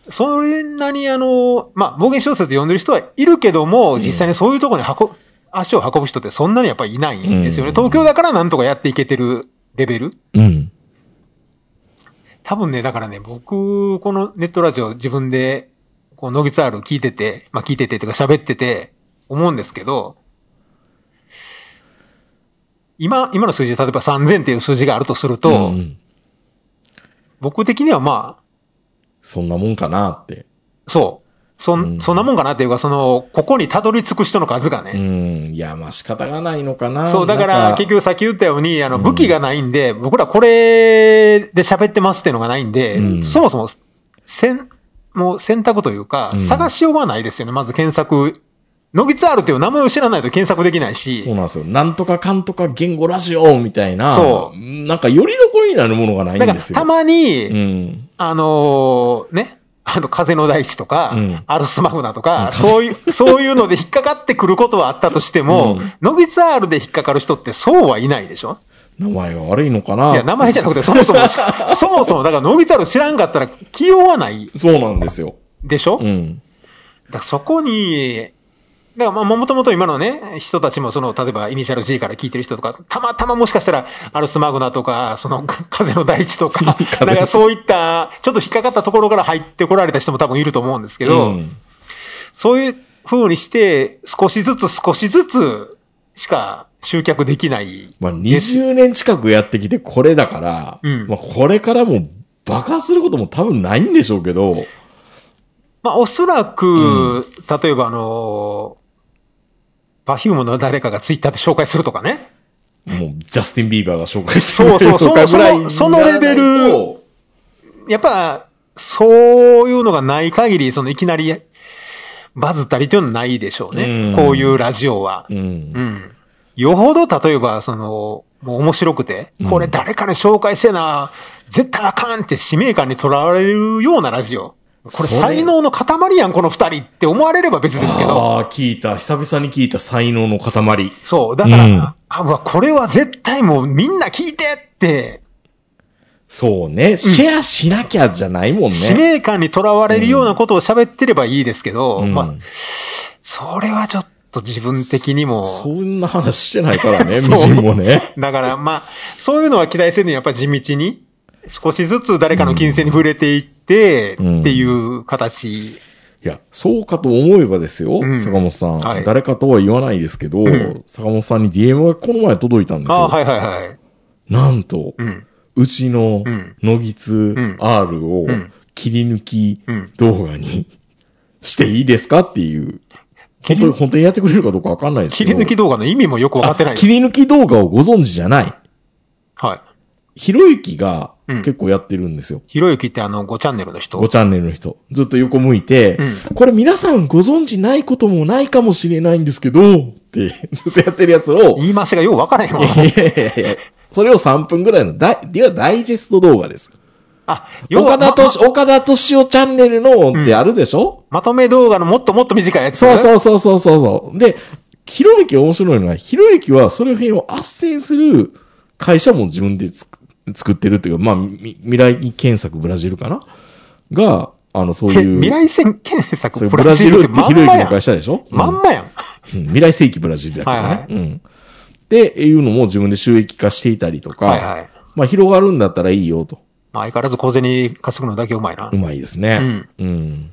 S4: そんなにあの、まあ、冒険小説読んでる人はいるけども、
S3: うん
S4: 実際にそういうところに運ぶ、足を運ぶ人ってそんなにやっぱりいないんですよね。
S3: うん
S4: 東京だからなんとかやっていけてるレベル
S3: うん。
S4: 多分ね、だからね、僕、このネットラジオ自分で、こう、ノギツアール聞いてて、まあ聞いててとか喋ってて、思うんですけど、今、今の数字で例えば3000っていう数字があるとすると、
S3: うん
S4: 僕的にはまあ、
S3: そんなもんかなって。
S4: そう。そん、
S3: うん
S4: そんなもんかなっていうか、その、ここにたどり着く人の数が
S3: う
S4: ね。
S3: ん。いや、まあ仕方がないのかな。
S4: そう、だ
S3: な
S4: か
S3: ん
S4: ら、結局さっき言ったように、あの、
S3: うん
S4: 武器がないんで、僕らこれで喋ってますっていうのがないんで、
S3: うん
S4: そもそも、せん、もう選択というか
S3: うん、
S4: 探しようがないですよね。まず検索。ノギツアールっていう名前を知らないと検索できない
S3: そう
S4: し、
S3: なんですよ。なんとかかんとか言語ラジオみたいな。。
S4: そう
S3: なんかよりどころになるものがない
S4: だか
S3: ん
S4: ら、
S3: ですよ。
S4: たまに、
S3: うん。
S4: あのーね、あの、風の大地とか、
S3: うん
S4: アルスマグナとか、
S3: うん
S4: そういう、そういうので引っかかってくることはあったとしても
S3: うん、
S4: ノビツアールで引っかかる人ってそうはいないでしょ
S3: 名前が悪いのかない
S4: や、名前じゃなくて、そも
S3: (laughs)
S4: そも、そもそも、だからノビツアール知らんかったら気負わない
S3: そうなんですよ。
S4: でしょ、
S3: う
S4: だ
S3: ん。
S4: からそこに、だからまあ、もともと今のね、人たちもその、例えばイニシャル G から聞いてる人とか、たまたまもしかしたら、アルスマグナとか、その、風の大地とか、
S3: (laughs) 風
S4: なんかそういった、ちょっと引っかかったところから入ってこられた人も多分いると思うんですけど、
S3: うん
S4: そういう風にして、少しずつ少しずつしか集客できない。
S3: まあ、20年近くやってきてこれだから、
S4: うん
S3: まあ、これからも爆発することも多分ないんでしょうけど、
S4: まあ、おそらく、
S3: う
S4: 例えばあのー、パフュームの誰かがツイッターで紹介するとかね。
S3: もう、ジャスティン・ビーバーが紹介して
S4: そうそう
S3: とかぐらい
S4: そのそのレベ
S3: に
S4: ル
S3: ならないと
S4: やっぱ、そういうのがない限り、そのいきなりバズったりというのはないでしょうね。
S3: うん
S4: こういうラジオは。
S3: うん
S4: う。ん。よほど、例えば、その、もう面白くて
S3: うん、
S4: これ誰かに紹介せな、絶対あかんって使命感にとらわれるようなラジオ。これ
S3: それ
S4: 才能の塊やん、この二人って思われれば別ですけど。
S3: ああ、聞いた。久々に聞いた才能の塊。
S4: そう。だから、
S3: うん
S4: あ、うわ、これは絶対もうみんな聞いてって、
S3: そうね。シェアしなきゃじゃないもん
S4: 使
S3: ね。
S4: 命感にとらわれるようなことを喋ってればいいですけど、
S3: うん
S4: まあ、それはちょっと自分的にも。
S3: そんな話してないからね、
S4: そう
S3: みじんもね。
S4: だから、まあ、そういうのは期待せずに、やっぱ地道に、少しずつ誰かの金銭に触れていって、
S3: うん
S4: っていう形。
S3: いや、そうかと思えばですよ、
S4: うん
S3: 坂本さん、
S4: はい
S3: 誰かとは言わないですけど、
S4: ん
S3: 坂本さんに DM がこの前届いたんですよ。
S4: ああ、はいはいはい。
S3: なんと、
S4: うん。
S3: うちの
S4: うん、
S3: 野木津
S4: ん
S3: R を
S4: うん
S3: 切り抜き
S4: うん。
S3: 動画に (laughs) していいですかっていう。本
S4: 切り
S3: 当に、本当にやってくれるかどうかわかんないです
S4: 切
S3: け
S4: り
S3: ど。
S4: 抜き動画の意味もよくわかってな
S3: あ
S4: い。
S3: 切り抜き動画をご存知じゃない。
S4: はい。
S3: ひろゆきが
S4: うん
S3: 結構やってるんですよ。
S4: ひろゆきってあの、5チャンネルの人。
S3: 5チャンネルの人。ずっと横向いて、
S4: うん。
S3: これ皆さんご存知ないこともないかもしれないんですけど、って (laughs) ずっとやってるやつを、
S4: 言い回しがようわからへんわ。
S3: いやいやいやいやそれを3分ぐらいのダイ、いやダイジェスト動画です。
S4: あ、よう
S3: 岡田
S4: ま
S3: とし、岡田敏夫チャンネルのってあるでしょ、
S4: まとめ動画のもっともっと短いやつ。
S3: そうそうそうそうそうそう。で、ひろゆき面白いのは、ひろゆきはそれ辺を斡旋する会社も自分でつく作ってるというか、まあ、み未来検索ブラジルかなが、あの、そう
S4: え
S3: いう、
S4: 未来線検
S3: そうい
S4: 索
S3: うブラジルって
S4: ま
S3: ひ
S4: ん
S3: ろゆ
S4: ま
S3: き
S4: や
S3: の
S4: ん
S3: 会。社でしょ、うん
S4: まんまやん。
S3: うん未来世紀ブラジルだけどね。
S4: はいはい
S3: うん。で、いうのも自分で収益化していたりとか、
S4: はいはい。
S3: まあ広がるんだったらいいよと。
S4: まあ相変わらず小銭稼ぐのだけうまいな
S3: う。まいです
S4: う
S3: ね。
S4: ん。
S3: うん。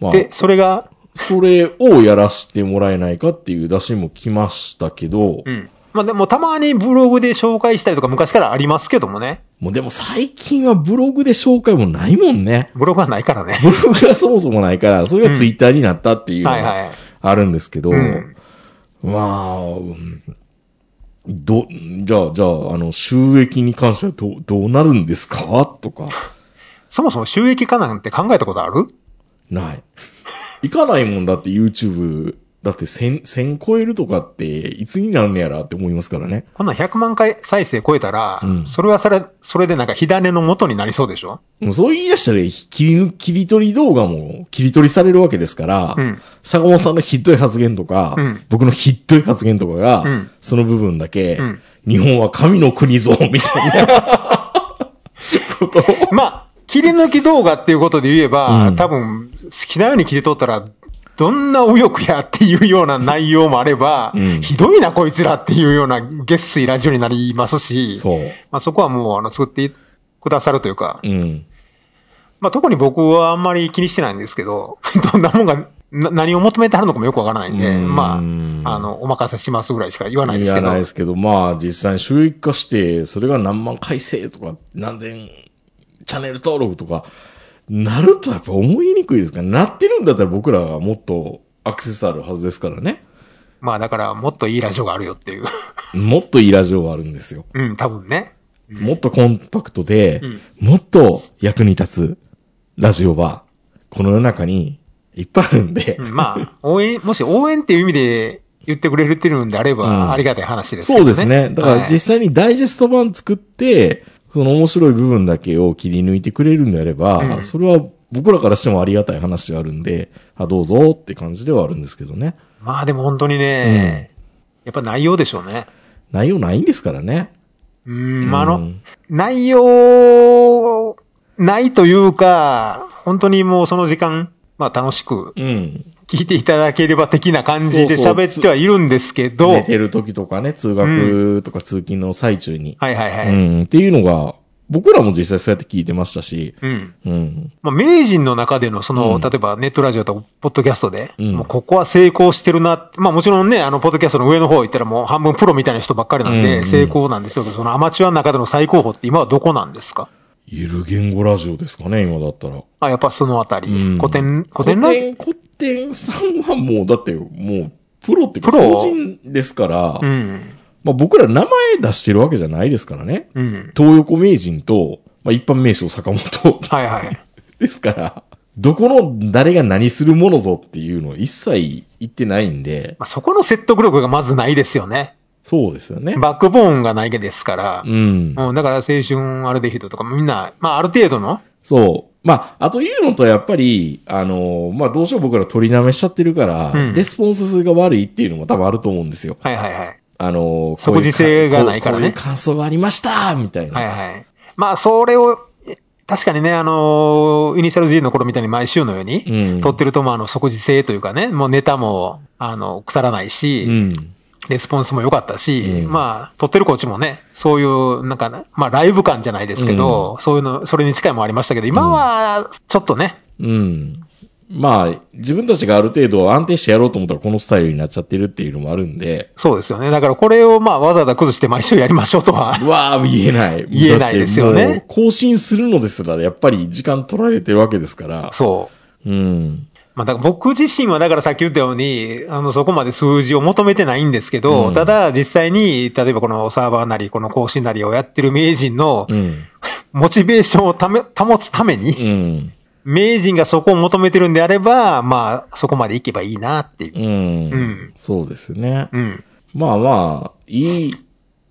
S3: まあ、
S4: で、それが、
S3: それをやらせてもらえないかっていう打診も来ましたけど、
S4: うん。まあでもたまにブログで紹介したりとか昔からありますけどもね。
S3: もうでも最近はブログで紹介もないもんね。
S4: ブログはないからね。
S3: ブログがそもそもないから、それがツイッターになったっていうの
S4: はい
S3: が
S4: はい。
S3: あるんですけど、
S4: うん。
S3: まあ、うんど、じゃあ、じゃあ、あの、収益に関してはどう、どうなるんですかとか。
S4: そもそも収益化なんて考えたことある
S3: ない。行かないもんだって YouTube、だって1000、1000超えるとかって、いつになるんねやらって思いますからね。
S4: こんなん100万回再生超えたら、
S3: うん
S4: それはそれ、それでなんか火種の元になりそうでしょ
S3: もうそう言い出したら、切り抜、切り取り動画も切り取りされるわけですから、
S4: うん。
S3: 坂本さんのひっどい発言とか、
S4: うん
S3: 僕のひっどい発言とかが、
S4: うん
S3: その部分だけ、
S4: うん。
S3: 日本は神の国ぞ、みたいな
S4: (laughs)
S3: ことを。
S4: まあ、切り抜き動画っていうことで言えば、
S3: うん
S4: 多分、好きなように切り取ったら、どんな右翼やっていうような内容もあれば、
S3: うん
S4: ひどいなこいつらっていうような月水ラジオになりますし、
S3: そう。
S4: まあ、そこはもうあの作ってくださるというか、
S3: うん。
S4: まあ、特に僕はあんまり気にしてないんですけど、 (laughs) どんなもんが、な何を求めてはるのかもよくわからないんで、まあ、あの、お任せしますぐらいしか言わないですけ
S3: や
S4: ど
S3: ないで、すけど、まあ実際に収益化して、それが何万回生とか、何千チャンネル登録とか、なるとやっぱ思いにくいですから、なってるんだったら僕らはもっとアクセスあるはずですからね。
S4: まあ、だから、もっといいラジオがあるよっていう。 (laughs)
S3: もっといいラジオはあるんですよ。
S4: うん、多分ね。うん
S3: もっとコンパクトで、
S4: うん
S3: もっと役に立つラジオは、この世の中にいっぱいあるんで、
S4: うんまあ、応援、もし応援っていう意味で言ってくれてるんであれ
S3: うん
S4: ば、ありがたい話ですけ
S3: そう
S4: どね。
S3: ですね。だから実際にダイジェスト版作って、その面白い部分だけを切り抜いてくれるんであれば、
S4: うん
S3: それは僕らからしてもありがたい話であるんで、あ、どうぞって感じではあるんですけどね。
S4: まあでも本当にね、やっぱ内容でしょうね。
S3: 内容ないんですからね。
S4: うん、まああ
S3: う
S4: の、
S3: ん
S4: 内容、ないというか、本当にもうその時間、まあ楽しく
S3: うん。
S4: 聞いていただければ的な感じで
S3: そうそう
S4: 喋ってはいるんですけど、は
S3: 寝
S4: い
S3: てる時とかね、通学とか通勤の最中に。
S4: はいは
S3: う
S4: い。
S3: ん。っていうのが、僕らも実際そうやって聞いてましたし、
S4: うん。
S3: うん。
S4: まあ、名人の中での、その、
S3: うん
S4: 例えばネットラジオとか、ポッドキャストで、
S3: うん
S4: もうここは成功してるなって、まあもちろんね、あの、ポッドキャストの上の方行ったらもう半分プロみたいな人ばっかりなん
S3: うんう
S4: で、
S3: ん
S4: 成功なんでしょうけど、そのアマチュアの中での最高峰って今はどこなんですか
S3: ゆる言語ラジオですかね、今だったら。
S4: あ、やっぱそのあたり、
S3: うん
S4: 古典、古典ラジ
S3: 古典、古典さんはもう、だって、もう、プロっていうか
S4: プロ
S3: 個人ですから、
S4: オうん。
S3: まあ僕ら名前出してるわけじゃないですからね。
S4: うん。
S3: 東横名人と、まあ一般名称坂本
S4: はいはい。
S3: ですから、どこの誰が何するものぞっていうのは一切言ってないんで、
S4: まあ、そこの説得力がまずないですよね。
S3: そうですよね。
S4: バックボーンがないですから
S3: う、ん。
S4: うん、だから青春アルデヒドとかみんな、まあある程度の、
S3: そう。まあ、あというのとやっぱり、あの、まあどうしよう僕ら取りなめしちゃってるから、
S4: うん
S3: レスポンス数が悪いっていうのも多分あると思うんですよ。
S4: はいはいはい。
S3: あの、
S4: 即時性がないからね
S3: こういう感想がありましたみたいな。
S4: はいはい。まあ、それを、え確かにね、あのーイニシャル G の頃みたいに毎週のように、
S3: うん。
S4: 撮ってると、まあ、あの、即時性というかね、もうネタも、あの、腐らないうし、
S3: ん。
S4: レスポンスも良かったし、
S3: うん
S4: まあ、撮ってるこっちもね、そういう、なんかね、まあ、ライブ感じゃないですけど、そういうの、それに近いもありましたけど、今は、ちょっとね、
S3: うん。まあ、自分たちがある程度安定してやろうと思ったらこのスタイルになっちゃってるっていうのもあるんで、
S4: そうですよね。だからこれをまあわざわざ崩して毎週やりましょうとは。
S3: うわあ、言えない。
S4: 言えないですよね
S3: だってもう更新するのですら、やっぱり時間取られてるわけですから。
S4: そう。
S3: うん。
S4: まあ、だから僕自身はだからさっき言ったように、あの、そこまで数字を求めてないんですけど、
S3: うん
S4: ただ実際に、例えばこのサーバーなり、この更新なりをやってる名人の
S3: うん。
S4: モチベーションをため、保つため
S3: う
S4: に、
S3: ん。
S4: 名人がそこを求めてるんであれば、まあ、そこまで行けばいいなっていう。
S3: うん。
S4: うん
S3: そうですね。
S4: うん。
S3: まあまあ、いい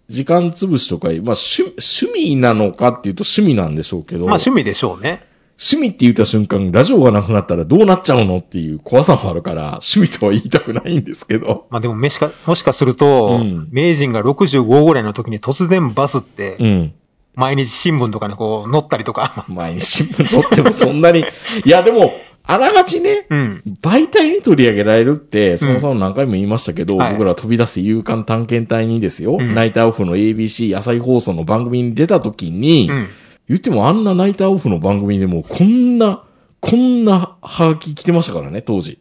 S3: 時間潰しとか、まあ趣趣味なのかっていうと趣味なんでしょうけど、
S4: まあ、趣味でしょうね。
S3: 趣味って言った瞬間、ラジオがなくなったらどうなっちゃうのっていう怖さもあるから、趣味とは言いたくないんですけど。
S4: まあ、でも、めしか、もしかすると、
S3: うん
S4: 名人が65ぐらいの時に突然バズって、
S3: うん。
S4: 毎日新聞とかにこう、載ったりとか。 (laughs)
S3: 毎日新聞載ってもそんなに。 (laughs) いや、でも、あらがちね、
S4: うん。
S3: 媒体に取り上げられるって、そもそも何回も言いましたけど、
S4: はい
S3: 僕ら飛び出して勇敢探検隊にですよ、
S4: うん
S3: ナイターオフの ABC 朝日放送の番組に出た時に、
S4: うん。
S3: 言ってもあんなナイターオフの番組でもうこんな、こんなハガキ来てましたからね、当時。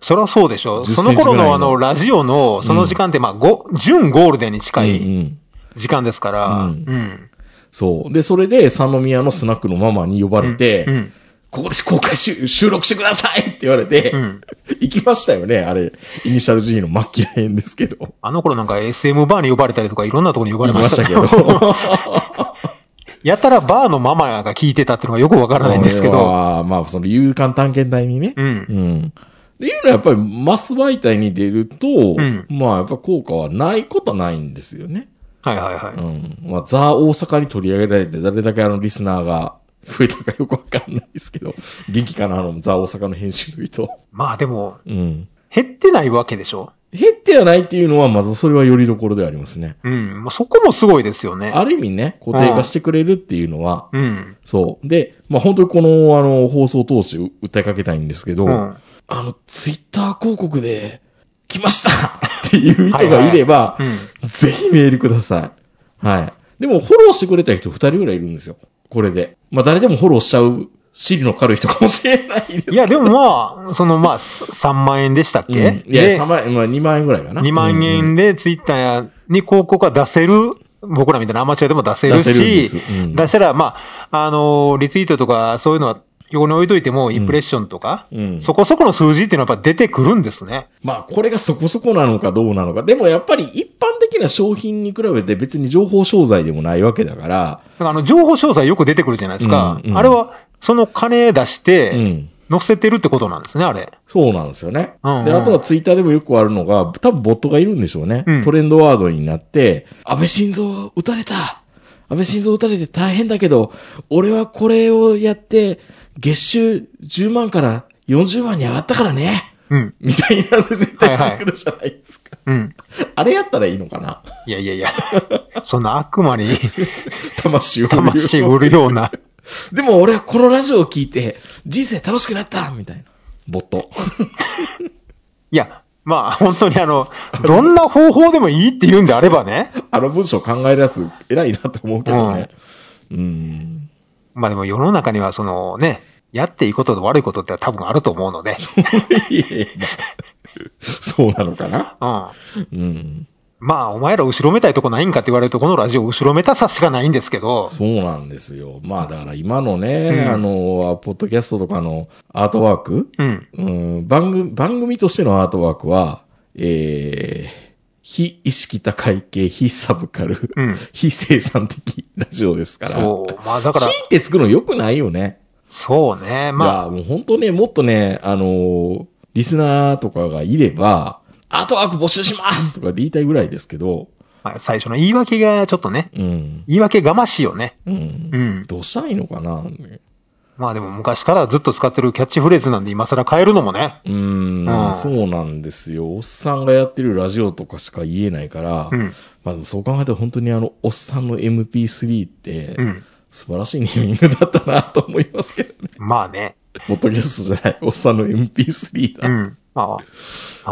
S4: そりゃそうでしょ。
S3: 10
S4: その頃
S3: センチぐらいの
S4: のあの、ラジオの、その時間って、まあ、ご、準ゴールデンに近
S3: うん
S4: い
S3: うん
S4: 時間ですから、
S3: う
S4: うんん。
S3: そう。で、それで、三宮のスナックのママに呼ばれて、
S4: うん。
S3: ここで公開収収録してくださいって言われて、
S4: うん。
S3: 行きましたよね、あれ。イニシャル G の末期らへんですけど。
S4: あの頃なんか SM バーに呼ばれたりとか、いろんなところに呼ば
S3: 行
S4: れ
S3: きま
S4: まし
S3: したた
S4: け
S3: け
S4: ど。
S3: ど。
S4: やたらバーのママが聞いてたっていうのがよくわ (laughs) からないんですけど、
S3: まあ、まあ、その勇敢探検隊にね。
S4: うん。
S3: うん。っていうのはやっぱりマス媒体に出ると、
S4: ん
S3: まあやっぱ効果はないことはないんですよね。
S4: はいはいは
S3: う
S4: い。
S3: ん。まあザ・大阪に取り上げられて誰だけあのリスナーが増えたかよくわかんないですけど、元気かなあのザ・大阪の編集部と。
S4: まあでも、
S3: うん。
S4: 減ってないわけでしょ。
S3: 減ってはないっていうのはまずそれはよりどころではありますね。
S4: うん。まあ、そこもすごいですよね。
S3: ある意味ね、固定化してくれるっていうのは、
S4: うん。
S3: そう。で、まあ本当にこのあの放送投資訴えかけたいんですけど、
S4: うん。
S3: あの、ツイッター広告で、来ました (laughs) っていう人がいれば、
S4: うん。
S3: ぜひメールください。はい。でも、フォローしてくれた人二人ぐらいいるんですよ。これで。まあ、誰でもフォローしちゃう、尻の軽い人かもしれないです。
S4: いや、でもまあ、そのまあ、3万円でしたっ
S3: うん、
S4: け、
S3: いや、3万円、まあ、2万円ぐらいかな。
S4: 2万円
S3: で
S4: でツイッターに広告が出せる、僕らみたいなアマチュアでも出せる
S3: 出せるんです。
S4: し、
S3: うん
S4: 出したら、まあ、あのーリツイートとかそういうのは横に置いといても、
S3: ん
S4: インプレッションとか、
S3: うん
S4: そこそこの数字っていうのはやっぱ出てくるんですね。
S3: まあ、これがそこそこなのかどうなのか。でも、やっぱり一般的な商品に比べて別に情報商材でもないわけだから、
S4: だからあの、情報詳細よく出てくるじゃないですか。
S3: うんうん
S4: あれは、その金出し
S3: う
S4: て、
S3: ん。
S4: 載せてるってことなんですね、あれ。
S3: そうなんですよね。
S4: うんうん
S3: で、あとはツイッターでもよくあるのが、多分ボットがいるんでしょうね。
S4: うん
S3: トレンドワードになって、安倍晋三撃たれた安倍晋三撃たれて大変だけど、俺はこれをやって、月収10万から40万に上がったからね
S4: うん、
S3: みたいなんで絶対出てくるじゃないですか。
S4: うん。
S3: あれやったらいいのか
S4: (laughs)
S3: ない
S4: やい
S3: (laughs)
S4: やいや、そんな悪魔に
S3: 魂を売る
S4: 魂売るような。
S3: でも俺はこのラジオを聞いて、人生楽しくなったみたいな。ボット。 (laughs)
S4: いや、まあ、本当にあの、どんな方法でもいいって言うんであればね。
S3: あの文章考えるやつ偉いなと思うけどね。うん
S4: まあでも世の中にはそのね、やっていいことと悪いことって多分あると思うので、うん。
S3: いやいやそうなのかな
S4: ま
S3: うん。
S4: あお前ら後ろめたいとこないんかって言われるとこのラジオ後ろめたさしかないんですけど、
S3: そうなんですよ。まあだから今のね、
S4: うん
S3: あの、ポッドキャストとかのアートワーク、
S4: うん。
S3: うん、番組、番組としてのアートワークは、えー、非意識高い系、非サブカル、
S4: うん。
S3: 非生産的ラジオですから。
S4: そう。まあだから、
S3: 非ってつくの良くないよね。
S4: そうね。
S3: ま
S4: まあ、
S3: あ、もう本当ね、もっとね、あのーリスナーとかがいれば、アートワーク募集しますとかで言いたいぐらいですけど、
S4: まあ最初の言い訳がちょっとね、
S3: うん。
S4: 言い訳がましいよね。
S3: うん
S4: う。ん。
S3: どうしたらいいのかなう
S4: まあでも昔からずっと使ってるキャッチフレーズなんで今更変えるのもね。
S3: ーん、
S4: うん
S3: そうなんですよ。おっさんがやってるラジオとかしか言えないから、
S4: うん。
S3: まあでもそう考えたら本当にあの、おっさんの MP3 って、
S4: うん。
S3: 素晴らしいネーミングだったなと思いますけ
S4: (laughs)
S3: どね。
S4: まあね。
S3: ポッドキャストじゃない、おっさんの MP3 だ。
S4: うん。まあ、ま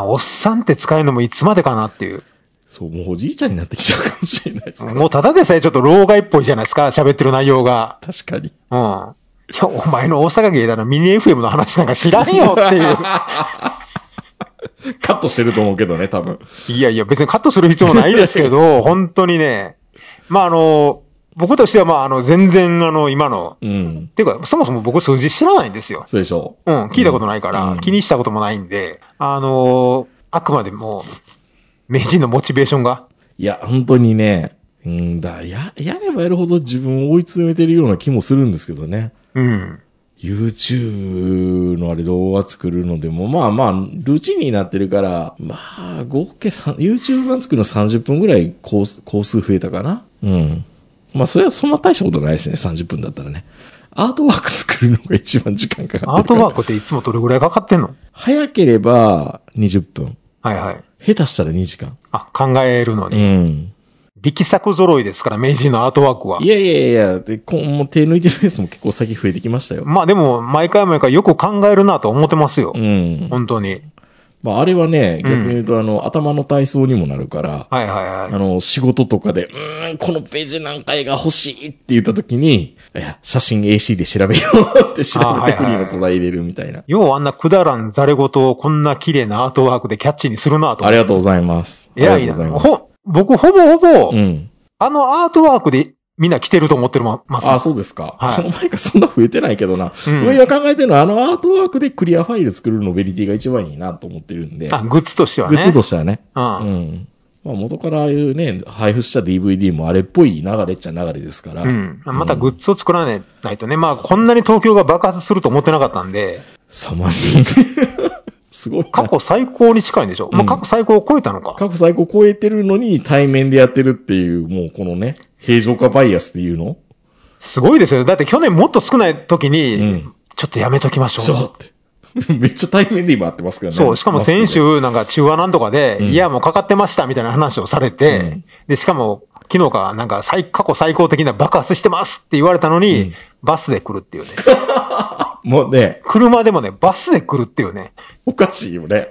S4: あ、おっさんって使えるのもいつまでかなっていう。
S3: そう、もうおじいちゃんになってきちゃうかもしれないですから。
S4: もうただでさえちょっと老害っぽいじゃないですか、喋ってる内容が。
S3: 確かに。
S4: うん。いや、お前の大阪芸大のミニ FM の話なんか知らんよっ
S3: (laughs)
S4: ていう。
S3: カットしてると思うけどね、多分。
S4: いやいや、別にカットする必要ないですけ
S3: (laughs)
S4: ど、本当にね。まあ、あの、僕としては、まあ、あの、全然、あの、今の、
S3: うん。
S4: っていうか、そもそも僕数字知らないんですよ。
S3: そうでしょ
S4: うん、聞いたことないから、
S3: うん
S4: 気にしたこともないんで、あの、あくまでも、名人のモチベーションが、
S3: いや、本当にね、うんだ、や、やればやるほど自分を追い詰めてるような気もするんですけどね。
S4: うん、
S3: YouTube のあれ動画作るのでも、まあまあ、ルーチンになってるから、まあ、合計3、YouTube 版作るの30分ぐらいコース、コース増えたかなうん。まあ、それはそんな大したことないですね、30分だったらね。アートワーク作るのが一番時間かかってるから。
S4: アートワークっていつもどれぐらいかかってんの
S3: 早ければ20分。
S4: はいはい。
S3: 下手したら2時間。
S4: あ、考えるの
S3: う
S4: に。
S3: ん。
S4: 力作揃いですから、名人のアートワークは。
S3: いやいやいや、で、こうもう手抜いてるやつも結構先増えてきましたよ。
S4: まあでも、毎回毎回よく考えるなと思ってますよ。
S3: うん。
S4: 本当に。
S3: まあ、あれはね、
S4: うん
S3: 逆に言うと、あの、頭の体操にもなるから、
S4: はいはい
S3: あ
S4: はい。
S3: の、仕事とかで、うーん、このページ何回が欲しいって言った時に、いや、写真 AC で調べようって調べて
S4: あ
S3: フ
S4: はいはい
S3: リーの素材入れるみたいな。
S4: ようあんなくだらんざれ事をこんな綺麗なアートワークでキャッチにするなと
S3: あ。りがとうございます。
S4: 偉
S3: あ
S4: い
S3: りが
S4: な
S3: とう。ございます。
S4: ほ、僕ほぼほぼ、
S3: うん。
S4: あのアートワークでみんな来てると思ってるま、ま
S3: あ、そうですか。
S4: はい
S3: その前からそんな増えてないけどな。
S4: うん
S3: 僕今考えてるのは、あのアートワークでクリアファイル作るノベリティが一番いいなと思ってるんで。
S4: あ、グッズとしては
S3: グ
S4: ね。
S3: ッズとしてはね。
S4: うん。
S3: うん。まあ元からああいうね、配布した DVD もあれっぽい流れっちゃ流れですから。
S4: うん。またグッズを作らないとね。まあ、こんなに東京が爆発すると思ってなかったんで、
S3: 3万人。 (laughs) すごいな。
S4: 過去最高に近いんでしょ、
S3: うん
S4: もう過去最高を超えたのか。
S3: 過去最高超えてるのに対面でやってるっていう、もうこのね、平常化バイアスっていうの
S4: すごいですよ。だって去年もっと少ない時に、
S3: うん
S4: ちょっとやめときましょう。
S3: そうって。 (laughs) めっちゃ対面で今やってますけどね。
S4: そう、しかも先
S3: マス
S4: 週なんか中和なんとかで、
S3: うん
S4: いや、もうかかってましたみたいな話をされて、
S3: うん
S4: で、しかも昨日かなんか最、過去最高的な爆発してますって言われたのに、
S3: うん
S4: バスで来るっていうね。
S3: クで。もうね、
S4: 車でもね、バスで来るっていうね。
S3: おかしいよね。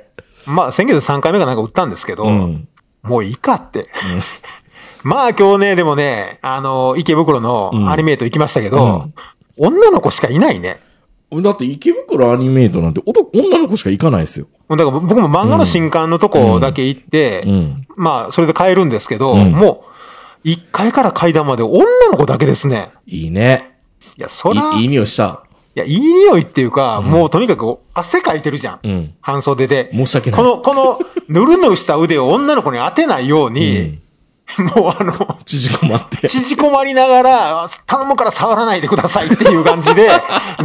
S4: まあ、先月3回目かなんか売ったんですけど、
S3: うん。
S4: もういいかって。 (laughs) まあ今日ね、でもね、あの、池袋のアニメート行きましたけど、女の子しかいないね。
S3: だって池袋アニメイトなんて男女の子しか行かないですよ。
S4: だから僕も漫画の新刊のとこだけ行って、
S3: うん。
S4: まあ、それで買えるんですけど、
S3: うん
S4: もう、1階から階段まで女の子だけですね。
S3: いいね。
S4: いや、そら、
S3: いいいい
S4: い
S3: 匂いした。
S4: や、いい匂いっていうか、
S3: うん
S4: もうとにかく汗かいてるじゃん。
S3: うん。
S4: 半袖で。
S3: 申し訳ない。
S4: この、この、ぬるぬるした腕を女の子に当てないよう
S3: うん
S4: に、。もうあの、
S3: 縮こまって。
S4: 縮こまりながら、頼むから触らないでくださいっていう感
S3: (laughs)
S4: じで、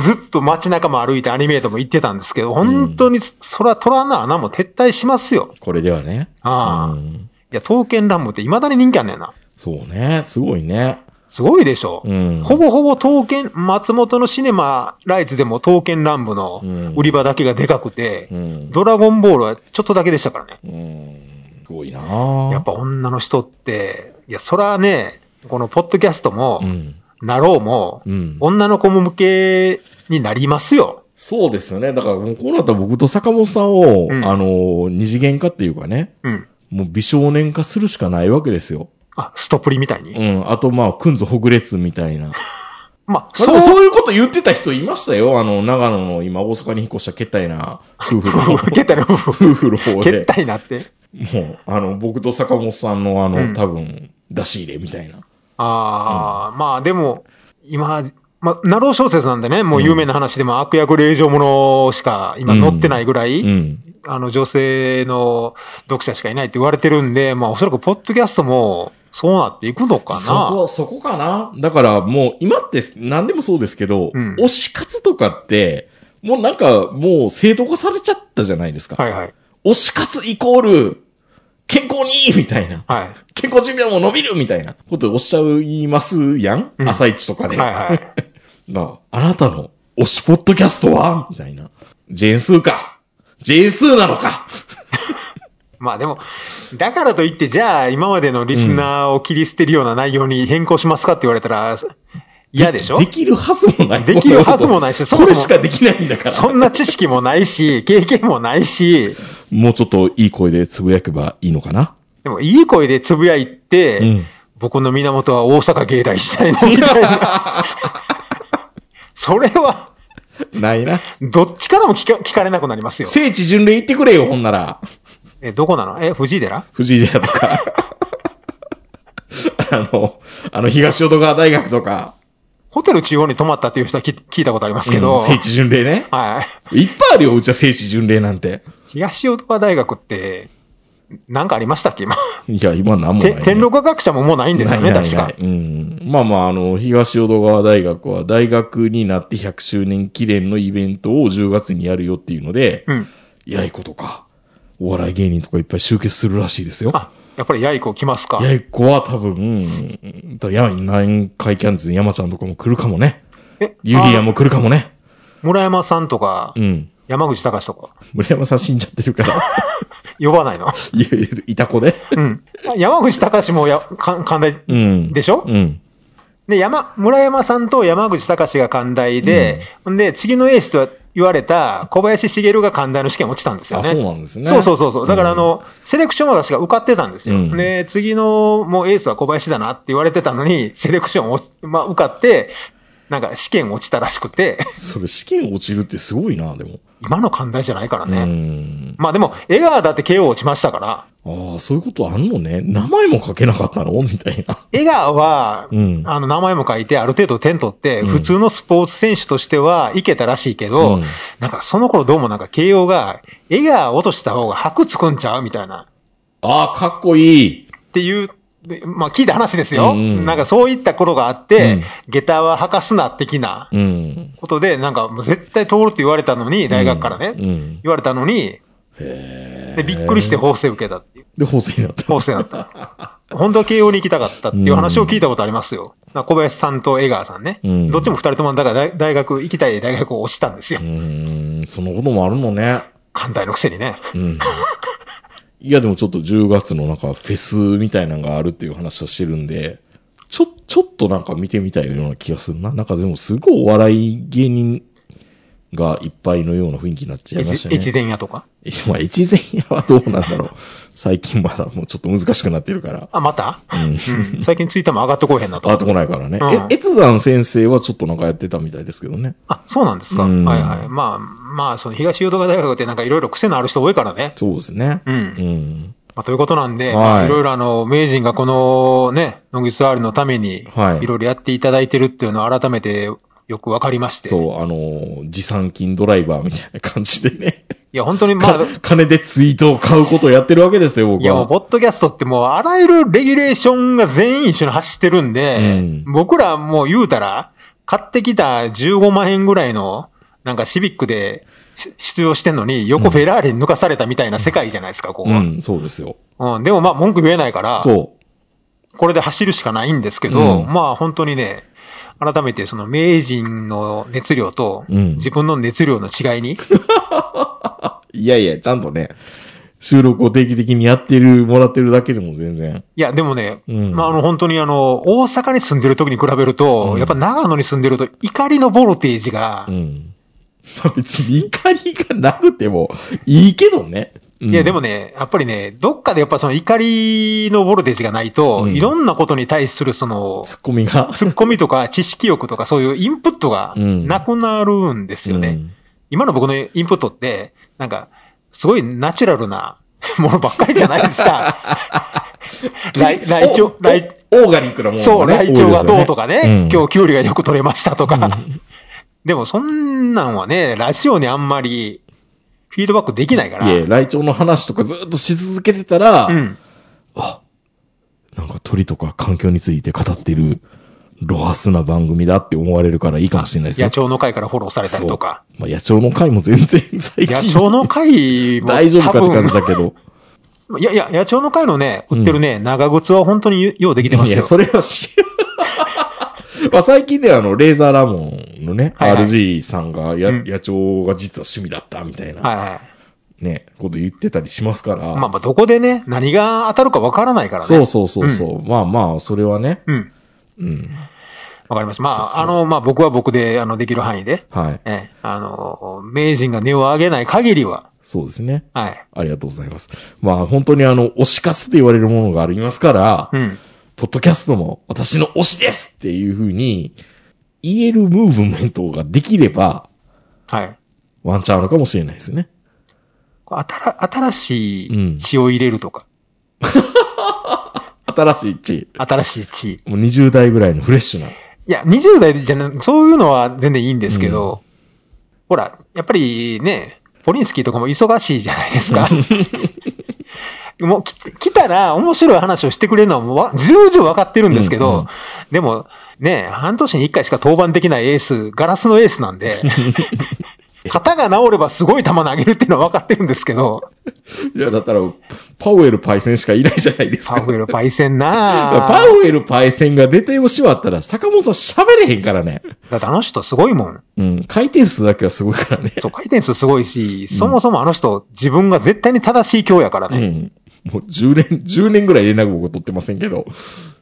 S4: ずっと街中も歩いてアニメートも行ってたんですけど、本当に、そら虎の穴も撤退しますよ。
S3: これではね。
S4: ああ。
S3: うん
S4: いや、刀剣乱舞って未だに人気あんねんな。
S3: そうね。すごいね。
S4: すごいでしょ。
S3: うん。
S4: ほぼほぼ刀剣、松本のシネマライツでも刀剣乱舞の
S3: うん
S4: 売り場だけがでかくて
S3: う、ん。
S4: ドラゴンボールはちょっとだけでしたからね。
S3: うん。すごいな
S4: やっぱ女の人って、いや、そらね、このポッドキャストも
S3: う、ん。
S4: なろうも、
S3: うん。
S4: 女の子向けになりますよ。
S3: そうですよね。だからもうこうなったら僕と坂本さんを、
S4: うん
S3: あの、二次元化っていうかね、
S4: うん。
S3: もう美少年化するしかないわけですよ。
S4: あ、ストプリみたいに。
S3: うん。あとまあ、くんぞほぐれつみたいな。
S4: まあ、
S3: まあで
S4: そ
S3: も
S4: う、、
S3: そういうこと言ってた人いましたよ。あの、長野の今大阪に引っ越したけったいな夫婦の
S4: (laughs) 蹴ったら、
S3: 夫婦の方
S4: 蹴っ
S3: で、
S4: たいなって。
S3: もう、あの、僕と坂本さんのあの、
S4: うん
S3: 多分、出し入れみたいな。
S4: ああ、まあでも、今、まあ、ナロー小説なんでね、もう有名な話でも悪役令状ものしか今載ってないぐらい、
S3: うん。
S4: あの女性の読者しかいないって言われてるんで、まあおそらくポッドキャストもそうなっていくのか
S3: そ
S4: な。
S3: こ、そこかなだからもう今って何でもそうですけど、
S4: うん
S3: 推し活とかって、もうなんかもう正当化されちゃったじゃないですか。
S4: はいはい。
S3: 推し活イコール、健康にいいみたいな。
S4: はい。
S3: 健康寿命も伸びるみたいなことをおっしゃいますやん、
S4: うん
S3: 朝一とかで。
S4: はいはい。 (laughs)
S3: まあ、あなたの推しポッドキャストはみたいな。ジェンスーか。ジェンスーなのか。
S4: まあでも、だからといって、じゃあ今までのリスナーを切り捨てるような内容に変更しますかって言われたら、嫌でしょ
S3: できるはずもない。
S4: できるはずも
S3: ない。
S4: な
S3: (laughs)
S4: いし、そ
S3: こ
S4: も
S3: れ
S4: そ
S3: し
S4: も
S3: かできないんだから。
S4: そんな知識もな
S3: (laughs)
S4: いし、経験もないし、
S3: もうちょっといい声でつぶやけばいいのかな。
S4: でもいい声でつぶやいて、 (laughs)
S3: うん。 (laughs)
S4: 僕の源は大阪芸大時代のみたいな。それは、
S3: ないな。
S4: どっちからも聞か聞かれなくなりますよ。
S3: 聖地巡礼行ってくれよ、ほんなら。
S4: え、どこなのえ、藤井寺
S3: 藤井寺と
S4: (laughs)
S3: か。あの、あの、東淀川大学とか。
S4: ホテル中央に泊まったっていう人はき聞いたことありますけど。
S3: うん聖地巡礼ね。
S4: はい。
S3: いっぱいあるよ、うちは聖地巡礼なんて。
S4: 東大川大学って、なんかありましたっけ今。
S3: いや、今 (laughs) なんもない、
S4: て
S3: ね。
S4: 天禄学者ももうないんですよね、
S3: ないない
S4: 確
S3: な
S4: か
S3: い。うん。まあまあ、あの、東淀川大学は大学になって100周年記念のイベントを10月にやるよっていうので、
S4: うん。
S3: やいことか、お笑い芸人とかいっぱい集結するらしいですよ。
S4: あ、やっぱりやいこ来ますか。
S3: やいこは多分、とや、南海キャンディーズの山ちゃんとかも来るかもね。
S4: え
S3: ユリア
S4: あ
S3: も来るかもね。
S4: 村山さんとか、
S3: うん。
S4: 山口隆とか、
S3: 村山さん死んじゃってる
S4: (laughs)
S3: から、
S4: 呼
S3: (laughs)
S4: ばないの。
S3: いやいやいた子で。
S4: うん。山口隆もや、か寛大。
S3: うん。
S4: でしょ
S3: うん。
S4: で、山、村山さんと山口隆が寛大で、ほん、で、次のエースと言われた小林茂が寛大の試験落ちたんですよ
S3: あ、
S4: ね。
S3: そうなんですね。
S4: そうそうそうそう。だからあの、セレクションは確か受かってたんですよ。
S3: うん
S4: で、次のもうエースは小林だなって言われてたのに、セレクションを、まあ、受かって、なんか試験落ちたらしくて、 (laughs)
S3: それ試験落ちるってすごいな、でも。
S4: 今の寛大じゃないから
S3: う
S4: ね。
S3: ん。
S4: まあでも、江川だって KO 落ちましたから、
S3: ああ、そういうことあんのね。名前も書けなかったのみたいな。
S4: 江川は、
S3: うん。
S4: あの、名前も書いて、ある程度点取って、
S3: うん
S4: 普通のスポーツ選手としてはいけたらしいけ
S3: う
S4: ど、
S3: ん
S4: なんかその頃どうもなんか慶応が、江川落とした方が白つくんちゃうみたいな。
S3: ああ、かっこいい。
S4: っていう、でまあ聞いた話ですよ。
S3: うんうん
S4: なんかそういった頃があって、下駄は履かすな的な
S3: うん。
S4: ことで、なんかもう絶対通るって言われたのに、大学からね、
S3: うん。
S4: 言われたのに、
S3: へ
S4: でびっくりして
S3: ほ
S4: 法政受けたっていう。
S3: で、法制になった。
S4: 法政
S3: (laughs)
S4: だった。本当は慶応に行きたかったっていう話を聞いたことありますよ。なんか小林さんと江川さんね。
S3: うん
S4: どっちも二人とも、だから大大学、行きたい大学を落ちたんですよ
S3: う。ーん、そのこともあるのね。
S4: 寛大のくせにね。
S3: うん。いや、でもちょっと10月のなんかフェスみたいなのがあるっていう話をしてるんで、ちょ、ちょっとなんか見てみたいような気がするな。なんかでもすごいお笑い芸人がいっぱいのような雰囲気になっちゃいましたね。
S4: 越前屋とか。
S3: えまあ、越前屋はどうなんだろう。 (laughs) 最近まだもうちょっと難しくなってるから。
S4: あ、また
S3: うん。
S4: うん。最近ツイッターも上がってこうへんな
S3: 上がっ
S4: と。
S3: てこないからね。
S4: うん
S3: え、越山先生はちょっとなんかやってたみたいですけどね。
S4: あ、そうなんですか。
S3: うん
S4: はいはい。まあ、まあ、その東淀川大学ってなんかいろいろ癖のある人多いからね。
S3: そうですね。
S4: う。
S3: うんん。
S4: まあ、ということなんで、
S3: はい
S4: まあいろいろあの、名人がこのね、野口ツアールのために、
S3: はい
S4: いろいろやっていただいてるっていうのを改めてよくわかりまして。
S3: そう、あのー持参金ドライバーみたいな感じでね。
S4: いや、本当に (laughs) まあ
S3: か、金でツイートを買うことをやってるわけですよ、僕は。
S4: いや、もう、ポッドキャストってもう、あらゆるレギュレーションが全員一緒に走ってるんで、
S3: うん
S4: 僕らもう言うたら、買ってきた15万円ぐらいの、なんかシビックでし出場してんのに、横フェラーリに抜かされたみたいな世界じゃないですか、ここ
S3: う
S4: は。
S3: ん、そうですよ。
S4: うん、でもまあ文句言えないから、
S3: そ
S4: これで走るしかないんですけど、
S3: うん
S4: まあ本当にね、改めてその名人の熱量と、
S3: う。うん。
S4: 自分の熱量の違
S3: (laughs)
S4: いに、
S3: いやいや、ちゃんとね、収録を定期的にやってる、もらってるだけでも全然。
S4: いやでもね、
S3: うん。
S4: まああの本当にあの、大阪に住んでる時に比べると、
S3: うん
S4: やっぱ長野に住んでると怒りのボルテージが、
S3: うん。まあ別に怒りがなくてもいいけどね。うん
S4: いやでもね、やっぱりね、どっかでやっぱその怒りのボルテージがないと、
S3: うん
S4: いろんなことに対するその、
S3: ツッコミが。
S4: ツッコミとか知識欲とかそういうインプットが
S3: うん
S4: なくなるんですよね。今の僕のインプットって、なんか、すごいナチュラルな (laughs) ものばっかりじゃないで
S3: (laughs)
S4: すか。ライ、ライチョウ、ライ、
S3: うん。オーガニックなもの
S4: そう、ライチョウがどうと
S3: か。
S4: か
S3: う
S4: ね
S3: ん、
S4: 今日キュウリがよく取れましたと
S3: う
S4: か。
S3: ん
S4: でもそんなんはね、ラジオにあんまりフィードバックできないから。
S3: いや、ライチョウの話とかずっとし続けてたら、
S4: うん。
S3: あ、なんか鳥とか環境について語ってる、ロハスな番組だって思われるからいいかもしれないです
S4: 野
S3: よ。
S4: 鳥の会からフォローされたりとか。
S3: まあ、野鳥の回も全然最
S4: 野
S3: 近。
S4: 鳥の会も
S3: (laughs) 大丈夫かって感じ
S4: 多
S3: だけど。
S4: 分いやいや、野鳥の会のね、売ってるね、長靴は本当にようできてます
S3: いや、
S4: よ。
S3: それは知ら (laughs) まあ最近ではあの、レーザーラモンのね、
S4: はいはい
S3: RG さんがや、
S4: うん
S3: 野鳥が実は趣味だったみたいな、
S4: はいはい。
S3: ね、こと言ってたりしますから。
S4: まあまあ、どこでね、何が当たるかわからないからね。
S3: そうそうそうそう、まあまあ、それはね。
S4: うん。
S3: うん。
S4: わかりました。ま
S3: そ
S4: あ、
S3: う
S4: あの、まあ僕は僕で、あの、できる範囲で、
S3: はい。
S4: ええ、あの、名人が根を上げない限りは、
S3: そうですね。
S4: はい。
S3: ありがとうございます。まあ本当にあの、推し活って言われるものがありますから、
S4: うん。
S3: ポッドキャストも私の推しですっていうふうに言えるムーブメントができれば、
S4: はい。
S3: ワンチャンあるかもしれないですね。
S4: こう新新し
S3: うん
S4: い血を入れるとか、
S3: 新しい地。
S4: 新しい血。
S3: もう20代ぐらいのフレッシュな。
S4: いや、20代じゃな、そういうのは全然いいんですけど、ほら、やっぱりね、ポリンスキーとかも忙しいじゃないですか。 (laughs) もうき来たら面白い話をしてくれるのはもうわ重々わかってるんですけど、
S3: うんうん
S4: でもね、半年に1回しか登板できないエース、ガラスのエースな
S3: (laughs)
S4: んで、肩が治ればすごい球投げるっていうのはわかってるんです
S3: (laughs)
S4: けど、
S3: いや、だったら、パウエルパイセンしかいないじゃないですか。
S4: パウエルパイセン
S3: パ
S4: なぁ
S3: ウエルパイセンが出てしまったら、坂本さん喋れへんからね。
S4: だってあの人すごいもん。
S3: うん。回転数だけはすごいからね。
S4: そう、回転数すごいし、
S3: うん
S4: そもそもあの人、自分が絶対に正しい教やから
S3: う
S4: ね。
S3: ん。もう10年、10年ぐらい連絡僕取ってませんけど。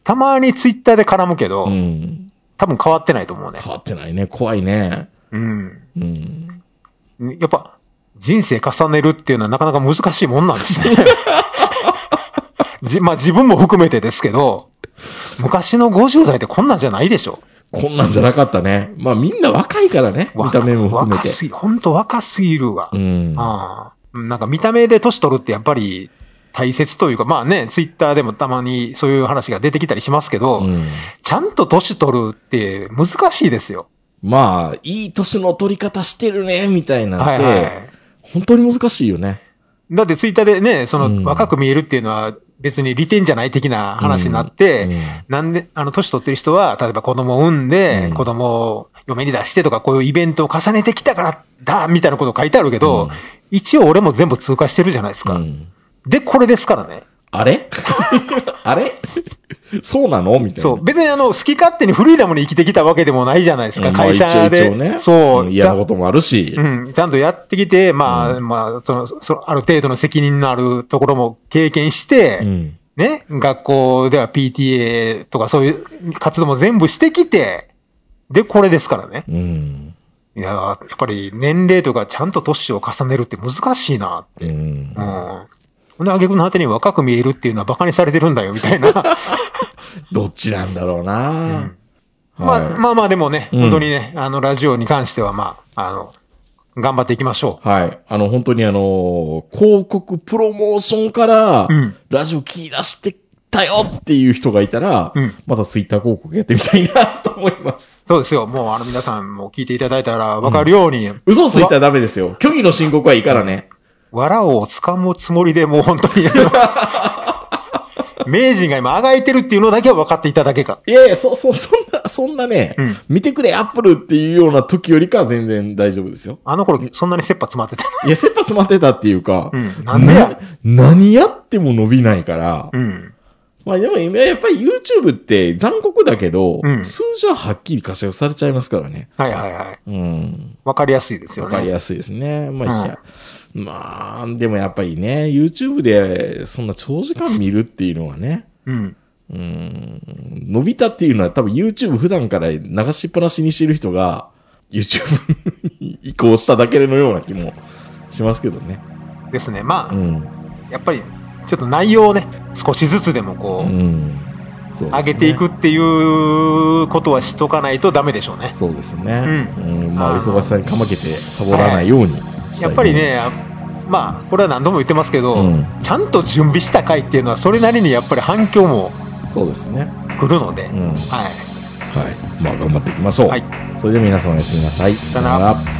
S4: たまにツイッターで絡むけど、
S3: うん。
S4: 多分変わってないと思うね
S3: 変。わってないね。怖いね。
S4: うん。
S3: うん。
S4: やっぱ、人生重ねるっていうのはなかなか難しいもんな
S3: (laughs)
S4: んですね。じまあ自分も含めてですけど、昔の50代ってこんなんじゃないでしょ。
S3: こんなんじゃなかったね。まあみんな若いからね。見
S4: 若
S3: た目も含め
S4: 若
S3: て。
S4: すぎ、ほんと若すぎるわ。
S3: うん。
S4: ああなんか見た目で年取るってやっぱり大切というか、まあね、ツイッターでもたまにそういう話が出てきたりしますけど、
S3: うん。
S4: ちゃんと年取るって難しいですよ。
S3: まあ、いい年の取り方してるね、みたいなんて、
S4: はいはい。
S3: 本当に難しいよね。
S4: だってツイッターでね、そ
S3: うん
S4: の若く見えるっていうのは別に利点じゃない的な話になっ
S3: う
S4: て、
S3: ん
S4: なんで、あの、年取ってる人は、例えば子供を産んで
S3: うん、
S4: 子供を嫁に出してとか、こういうイベントを重ねてきたからだ、みたいなこと書いてあるけど、一応俺も全部通過してるじゃないです
S3: う
S4: か。
S3: ん
S4: で、これですからね。
S3: あ
S4: (laughs)
S3: れあれそうなのみたいな。
S4: そう。別にあの、好き勝手にフリーダムに生きてきたわけでもないじゃないです
S3: う
S4: か。
S3: ん
S4: 会
S3: まあ
S4: 社
S3: 一応一応ね
S4: で。そ
S3: ん
S4: う。
S3: 嫌なこともあるし。
S4: うん、ちゃんとやってきて、まあ、
S3: う
S4: まあ、その、その、ある程度の責任のあるところも経験して、
S3: うん
S4: ね、学校では PTA とかそういう活動も全部してきて、で、これですからね。
S3: うん。
S4: いやー、やっぱり年齢とかちゃんと年を重ねるって難しいな。
S3: うん
S4: うん。ほんで、挙句の果てに若く見えるっていうのは馬鹿にされてるんだよ、みたいな。
S3: どっちなんだろう
S4: う
S3: な、
S4: んまあ、まあまあ、でもね、
S3: うん
S4: 本当にね、あの、ラジオに関しては、まあ、あの、頑張っていきましょ
S3: はい。あの、本当にあのー広告プロモーションから
S4: う。う、ん。
S3: ラジオ聞き出してたよっていう人がいたら、
S4: うん
S3: またツイッター広告やってみたいなと思います。
S4: そうですよ。もう、あの、皆さんも聞いていただいたら分かるように、
S3: (laughs) 嘘ついたらダメですよ。虚偽の申告はいいからね。
S4: 藁を掴むつもりでもう本当に、あ (laughs) の名人が今あがいてるっていうのだけは分かっていただけか。
S3: いやいや、そうそう、 (laughs) そんな、そんなね、
S4: うん
S3: 見てくれ、アップルっていうような時よりかは全然大丈夫ですよ。
S4: あの頃、そんなに切羽詰まってた。
S3: いや、切羽詰まってたっていうか、
S4: うん。なんでや。
S3: な何やっても伸びないから、
S4: うん。
S3: まあでも今やっぱり YouTube って残酷だけど、
S4: うん
S3: 数字ははっきり可視化されちゃいますからね。
S4: はいはいはい。
S3: うん。
S4: 分かりやすいですよ
S3: わ
S4: ね。
S3: かりやすいですね。まあ、いやまあ、でもやっぱりね、YouTube でそんな長時間見るっていうのはね、
S4: うん。
S3: うん、伸びたっていうのは多分 YouTube 普段から流しっぱなしにしてる人が YouTube に移行しただけのような気もしますけどね。
S4: ですね。ま
S3: う
S4: あ、
S3: ん。
S4: やっぱり、ちょっと内容をね、少しずつでも
S3: う
S4: こう、
S3: ん。そうですね
S4: 上げていくっていうことはしとかないとダメでしょうね。
S3: そうですね。う。
S4: うん
S3: まあ、
S4: あー
S3: 忙しさにかまけてサボらないようにしたい
S4: やっぱりね
S3: です、
S4: まあ、これは何度も言ってますけど、
S3: うん
S4: ちゃんと準備した回っていうのは、それなりにやっぱり反響も
S3: そうですね。
S4: 来るので、
S3: うん。は
S4: はい。
S3: い。まあ、頑張っていきましょう。
S4: はい。
S3: それでは皆様おやすみなさい。
S4: さよなら
S3: ら。